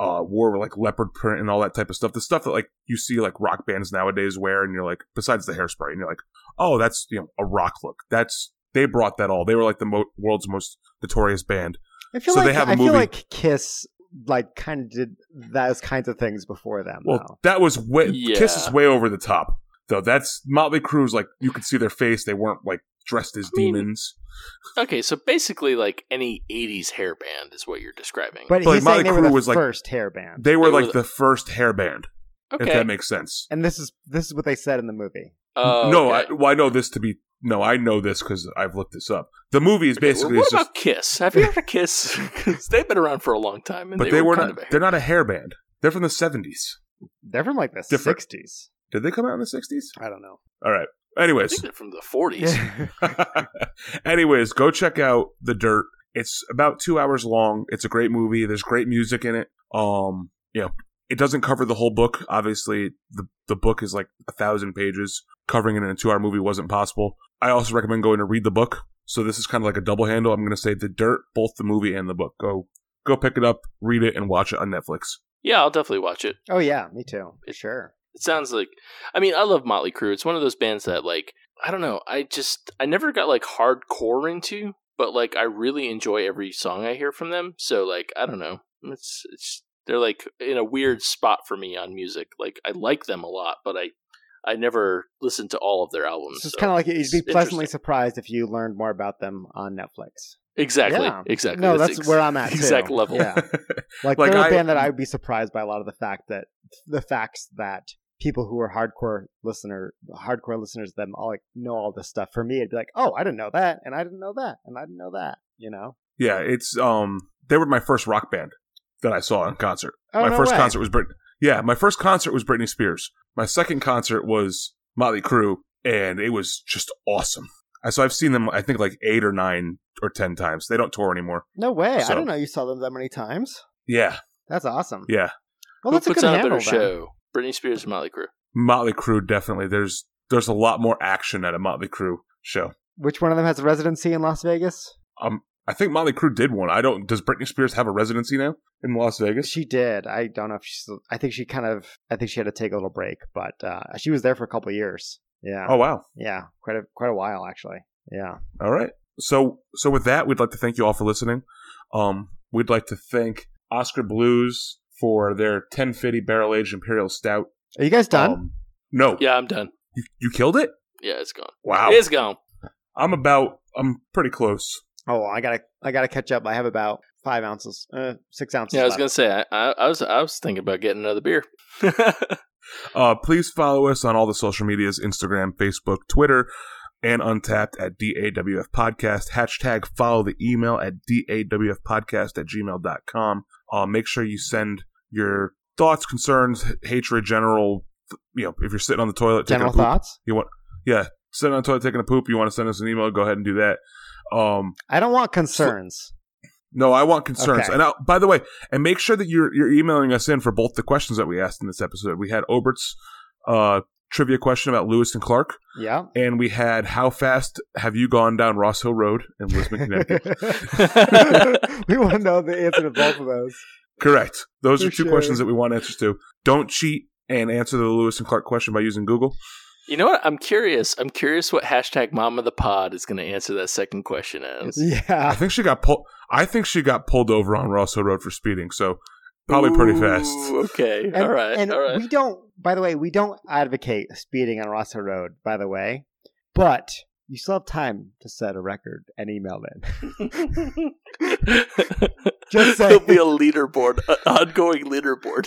[SPEAKER 2] uh, wore like leopard print and all that type of stuff. The stuff that like you see like rock bands nowadays wear, and you're like, besides the hairspray, and you're like, oh, that's you know a rock look. That's they brought that all. They were like the mo- world's most notorious band.
[SPEAKER 3] I feel
[SPEAKER 2] So
[SPEAKER 3] like
[SPEAKER 2] they have a
[SPEAKER 3] I feel
[SPEAKER 2] movie-
[SPEAKER 3] like Kiss like kind of did those kinds of things before them.
[SPEAKER 2] Well,
[SPEAKER 3] though.
[SPEAKER 2] that was way
[SPEAKER 1] Yeah.
[SPEAKER 2] Kiss is way over the top. Though that's Motley Crue's like you could see their face. They weren't like dressed as
[SPEAKER 1] I mean,
[SPEAKER 2] demons.
[SPEAKER 1] Okay, so basically, like any '80s hair band is what you're describing.
[SPEAKER 3] But
[SPEAKER 2] But
[SPEAKER 3] he's
[SPEAKER 2] Motley
[SPEAKER 3] saying they were
[SPEAKER 2] Crue
[SPEAKER 3] the
[SPEAKER 2] was, like-
[SPEAKER 3] first hair band,
[SPEAKER 2] They were
[SPEAKER 1] they were
[SPEAKER 2] like the first hair band,
[SPEAKER 1] okay,
[SPEAKER 2] if that makes sense.
[SPEAKER 3] and this is this is what they said in the movie.
[SPEAKER 1] Oh,
[SPEAKER 2] no,
[SPEAKER 1] okay.
[SPEAKER 2] I, well, I know this to be no. I know this because I've looked this up. The movie is
[SPEAKER 1] Okay, well,
[SPEAKER 2] basically
[SPEAKER 1] what
[SPEAKER 2] just,
[SPEAKER 1] about Kiss? Have you heard of Kiss? Because they've been around for a long time, and
[SPEAKER 2] but they, were
[SPEAKER 1] kind
[SPEAKER 2] not.
[SPEAKER 1] of a hair-
[SPEAKER 2] They're not a hair band. They're from the seventies.
[SPEAKER 3] They're from like the
[SPEAKER 2] Different.
[SPEAKER 3] '60s.
[SPEAKER 2] Did they come out in the sixties?
[SPEAKER 3] I don't know.
[SPEAKER 2] All right.
[SPEAKER 1] I
[SPEAKER 2] Anyways,
[SPEAKER 1] think they're from the '40s.
[SPEAKER 2] Anyways, go check out The Dirt. It's about two hours long. It's a great movie. There's great music in it. Um, you know, it doesn't cover the whole book. Obviously, the the book is like a thousand pages. Covering it in a two hour movie wasn't possible. I also recommend going to read the book. So this is kind of like a double handle. I'm going to say The Dirt, both the movie and the book. Go go pick it up, read it, and watch it on Netflix.
[SPEAKER 1] Yeah, I'll definitely watch it.
[SPEAKER 3] Oh yeah, me too.
[SPEAKER 1] It-
[SPEAKER 3] Sure.
[SPEAKER 1] It sounds like I mean, I love Motley Crue. It's one of those bands that like I don't know, I just I never got like hardcore into, but like I really enjoy every song I hear from them. So like I don't know. It's it's they're like in a weird spot for me on music. Like I like them a lot, but I I never listened to all of their albums.
[SPEAKER 3] So it's
[SPEAKER 1] so-
[SPEAKER 3] kind of like you'd
[SPEAKER 1] it's
[SPEAKER 3] be pleasantly
[SPEAKER 1] interesting.
[SPEAKER 3] surprised if you learned more about them on Netflix.
[SPEAKER 1] Exactly.
[SPEAKER 3] Yeah.
[SPEAKER 1] Exactly.
[SPEAKER 3] No, that's
[SPEAKER 1] ex-
[SPEAKER 3] where I'm at, too.
[SPEAKER 1] Exact level.
[SPEAKER 3] Yeah. Like,
[SPEAKER 2] Like,
[SPEAKER 3] they're a
[SPEAKER 2] I-
[SPEAKER 3] band that I'd be surprised by a lot of the fact that the facts that people who are hardcore listener, hardcore listeners, to them all like know all this stuff. For me, it'd be like, oh, I didn't know that, and I didn't know that, and I didn't know that. You know?
[SPEAKER 2] Yeah, it's um, they were my first rock band that I saw in concert.
[SPEAKER 3] Oh,
[SPEAKER 2] my
[SPEAKER 3] no
[SPEAKER 2] first
[SPEAKER 3] way.
[SPEAKER 2] concert was Brit. Yeah, my first concert was Britney Spears. My second concert was Motley Crue, and it was just awesome. Uh, So I've seen them, I think, like eight or nine or ten times. They don't tour anymore.
[SPEAKER 3] No way. I
[SPEAKER 2] So-
[SPEAKER 3] don't know you saw them that many times.
[SPEAKER 2] Yeah,
[SPEAKER 3] That's awesome.
[SPEAKER 2] yeah.
[SPEAKER 1] Who
[SPEAKER 3] Well, that's a
[SPEAKER 1] puts
[SPEAKER 3] good
[SPEAKER 1] on a
[SPEAKER 3] handle.
[SPEAKER 1] better
[SPEAKER 3] then.
[SPEAKER 1] show? Britney Spears or Motley Crue?
[SPEAKER 2] Motley Crue definitely. There's there's a lot more action at a Motley Crue show. Um,
[SPEAKER 3] Which one of them has a residency in Las Vegas?
[SPEAKER 2] I think Motley Crue did one. I don't. Does Britney Spears have a residency now in Las Vegas?
[SPEAKER 3] She did. I don't know if she's. I think she kind of. I think she had to take a little break, but uh, she was there for a couple of years. Yeah.
[SPEAKER 2] Oh wow.
[SPEAKER 3] Yeah. Quite a quite a while actually. Yeah.
[SPEAKER 2] All right. So so with that, we'd like to thank you all for listening. Um, we'd like to thank Oscar Blues for their 1050 barrel aged imperial stout.
[SPEAKER 3] Are you guys done?
[SPEAKER 2] Um, no,
[SPEAKER 1] Yeah, I'm done.
[SPEAKER 2] you, you killed it.
[SPEAKER 1] Yeah, it's gone.
[SPEAKER 2] Wow,
[SPEAKER 1] It's gone.
[SPEAKER 2] I'm about. I'm pretty close.
[SPEAKER 3] oh, I gotta I gotta catch up. I have about five ounces, uh, six ounces.
[SPEAKER 1] Yeah, I was
[SPEAKER 3] left.
[SPEAKER 1] gonna say I, I, I was I was thinking about getting another beer.
[SPEAKER 2] Uh, please follow us on all the social medias: Instagram, Facebook, Twitter, and Untapped at DAWF Podcast. Hashtag follow the email at DAWF Podcast at gmail.com. Uh, make sure you send your thoughts, concerns, hatred, general. You know, if you're sitting on the toilet, taking a
[SPEAKER 3] General
[SPEAKER 2] poop,
[SPEAKER 3] thoughts.
[SPEAKER 2] sitting on the toilet taking a poop, you want to send us an email, go ahead and do that. Um,
[SPEAKER 3] I don't want concerns.
[SPEAKER 2] no, I want concerns.
[SPEAKER 3] Okay.
[SPEAKER 2] And i by the way, and make sure that you're you're emailing us in for both the questions that we asked in this episode. We had Obert's uh, trivia question about Lewis and Clark,
[SPEAKER 3] yeah.
[SPEAKER 2] and we had how fast have you gone down Ross Hill Road in Lisbon, Connecticut?
[SPEAKER 3] we want to know the answer to both of those.
[SPEAKER 2] Correct. Those
[SPEAKER 3] For
[SPEAKER 2] are two
[SPEAKER 3] sure.
[SPEAKER 2] questions that we want answers to. Don't cheat and answer the Lewis and Clark question by using Google.
[SPEAKER 1] you know what? I'm curious. I'm curious what hashtag Mom of the Pod is gonna answer that second question as.
[SPEAKER 2] I
[SPEAKER 3] Yeah.
[SPEAKER 2] think she got pulled. I think she got pulled over on Ross Hill Road for speeding. So probably pretty
[SPEAKER 1] Ooh,
[SPEAKER 2] fast.
[SPEAKER 1] Okay.
[SPEAKER 3] And,
[SPEAKER 1] all right.
[SPEAKER 3] and
[SPEAKER 1] all right.
[SPEAKER 3] we don't. By the way, we don't advocate speeding on Rosso Road. By the way, but you still have time to set a record and email in. Just saying.
[SPEAKER 1] There'll be a leaderboard, an ongoing leaderboard.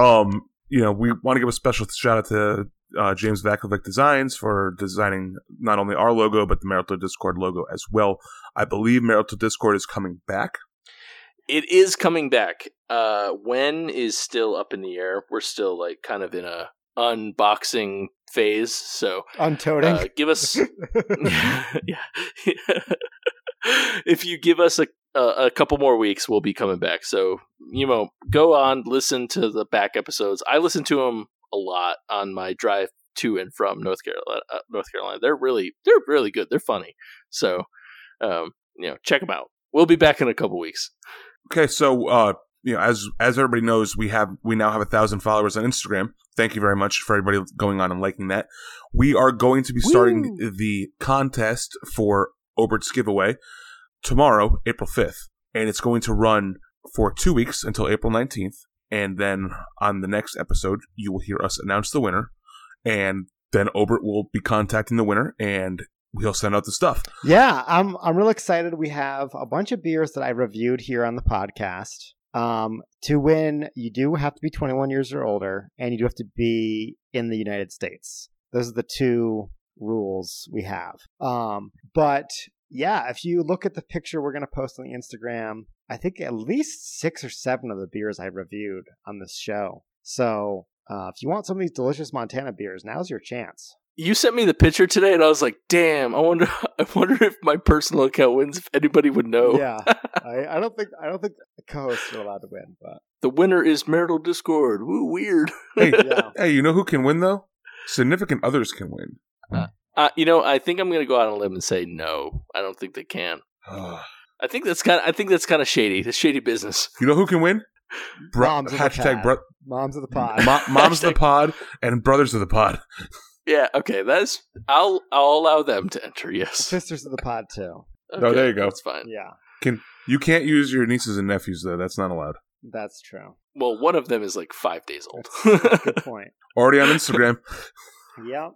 [SPEAKER 2] um, you know, we want to give a special shout out to uh, James Vakovic Designs for designing not only our logo but the Marital Discord logo as well. I believe Marital Discord is coming back.
[SPEAKER 1] It is coming back. Uh, when is still up in the air. We're still like kind of in a unboxing phase. So
[SPEAKER 3] on toting.
[SPEAKER 1] uh, give us yeah. if you give us a, a a couple more weeks, we'll be coming back. So you know, go on, listen to the back episodes. I listen to them a lot on my drive to and from North Carolina. Uh, North Carolina, they're really they're really good. They're funny. So um, you know, check them out. We'll be back in a couple weeks.
[SPEAKER 2] Okay, so uh, you know, as as everybody knows, we have we now have a thousand followers on Instagram. Thank you very much for everybody going on and liking that. We are going to be starting the contest for Obert's giveaway tomorrow, April fifth, and it's going to run for two weeks until April nineteenth. And then on the next episode, you will hear us announce the winner. And then Obert will be contacting the winner and he'll send out the stuff.
[SPEAKER 3] Yeah, I'm I'm real excited. We have a bunch of beers that I reviewed here on the podcast. Um, to win, you do have to be 21 years or older, and you do have to be in the United States. Those are the two rules we have. Um, but yeah, if you look at the picture we're going to post on the Instagram, I think at least six or seven of the beers I reviewed on this show. So uh, if you want some of these delicious Montana beers, now's your chance.
[SPEAKER 1] You sent me the picture today, and I was like, "Damn! I wonder. I wonder if my personal account wins. If anybody would know."
[SPEAKER 3] Yeah, I, I don't think I don't think the co-hosts are allowed to win, but
[SPEAKER 1] The winner is marital discord. Woo, weird.
[SPEAKER 2] Hey,
[SPEAKER 3] yeah,
[SPEAKER 2] hey, you know who can win though? Significant others can win.
[SPEAKER 1] Uh, you know, I think I'm gonna go out on a limb and say no. I don't think they can. I think that's kind. Of, I think that's kind of shady. That's shady business.
[SPEAKER 2] you know who can win? Bro-
[SPEAKER 3] Moms of the
[SPEAKER 2] hashtag
[SPEAKER 3] pad.
[SPEAKER 2] bro-
[SPEAKER 3] moms of the pod.
[SPEAKER 2] mo- moms of the pod and brothers of the pod.
[SPEAKER 1] Yeah. Okay. That's. I'll. I'll allow them to enter. Yes.
[SPEAKER 3] Sisters of the pod too.
[SPEAKER 1] Okay,
[SPEAKER 2] Oh, there you go.
[SPEAKER 1] That's fine.
[SPEAKER 3] Yeah,
[SPEAKER 2] You can't use your nieces and nephews though. That's not allowed.
[SPEAKER 3] that's true.
[SPEAKER 1] Well, one of them is like five days old.
[SPEAKER 3] Good point.
[SPEAKER 2] Already on Instagram.
[SPEAKER 3] Yep.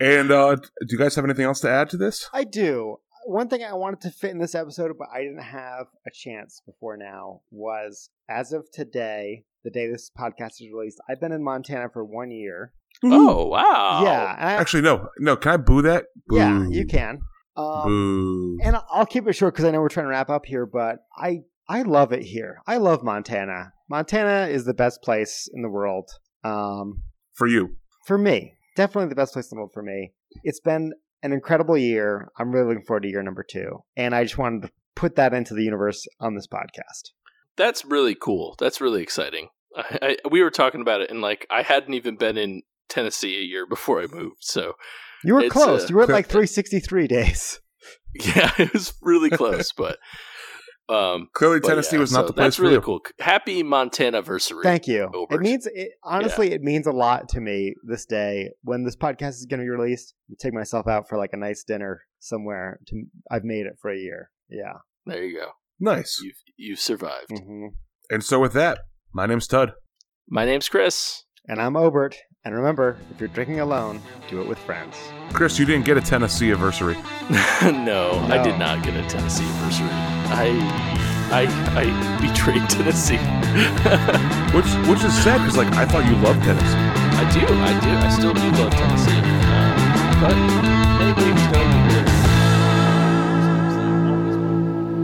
[SPEAKER 2] and uh, do you guys have anything else to add to this?
[SPEAKER 3] I do. One thing I wanted to fit in this episode, but I didn't have a chance before now, was as of today, the day this podcast is released, I've been in Montana for one year.
[SPEAKER 1] oh wow.
[SPEAKER 3] yeah. and I-
[SPEAKER 2] Actually, no, no. Can I boo that? Boo.
[SPEAKER 3] yeah, you can. Um,
[SPEAKER 2] Boo.
[SPEAKER 3] and I- I'll keep it short because I know we're trying to wrap up here, but I, I love it here. I love Montana. Montana is the best place in the world. Um,
[SPEAKER 2] For you.
[SPEAKER 3] for me, definitely the best place in the world for me. It's been an incredible year. I'm really looking forward to year number two. And I just wanted to put that into the universe on this podcast.
[SPEAKER 1] That's really cool. That's really exciting. I, I, we were talking about it, and like I hadn't even been in Tennessee a year before I moved. So
[SPEAKER 3] You were
[SPEAKER 1] It's,
[SPEAKER 3] close.
[SPEAKER 1] uh,
[SPEAKER 3] you were at like 363 days.
[SPEAKER 1] yeah, it was really close, but um,
[SPEAKER 2] Clearly,
[SPEAKER 1] but
[SPEAKER 2] Tennessee
[SPEAKER 1] yeah,
[SPEAKER 2] was not
[SPEAKER 1] so
[SPEAKER 2] the place
[SPEAKER 1] That's
[SPEAKER 2] for
[SPEAKER 1] really
[SPEAKER 2] you.
[SPEAKER 1] cool. Happy Montana anniversary.
[SPEAKER 3] Thank you.
[SPEAKER 1] Obert.
[SPEAKER 3] It means, it, honestly, it means a lot to me this day. When this podcast is going to be released, I take myself out for like a nice dinner somewhere. To, I've made it for a year. Yeah.
[SPEAKER 1] There you go.
[SPEAKER 2] Nice.
[SPEAKER 1] You've you've survived.
[SPEAKER 3] hmm
[SPEAKER 2] And so with that, my name's Tud.
[SPEAKER 1] My name's Chris.
[SPEAKER 3] And I'm Obert. And remember, if you're drinking alone, do it with friends.
[SPEAKER 2] Chris, you didn't get a Tennessee anniversary.
[SPEAKER 1] no, I
[SPEAKER 3] No.
[SPEAKER 1] did not get a Tennessee anniversary. I I I betrayed Tennessee.
[SPEAKER 2] Which which is sad because like I thought you loved Tennessee.
[SPEAKER 1] Um, I do. I do. I still do love Tennessee. Uh, but anybody who's known me really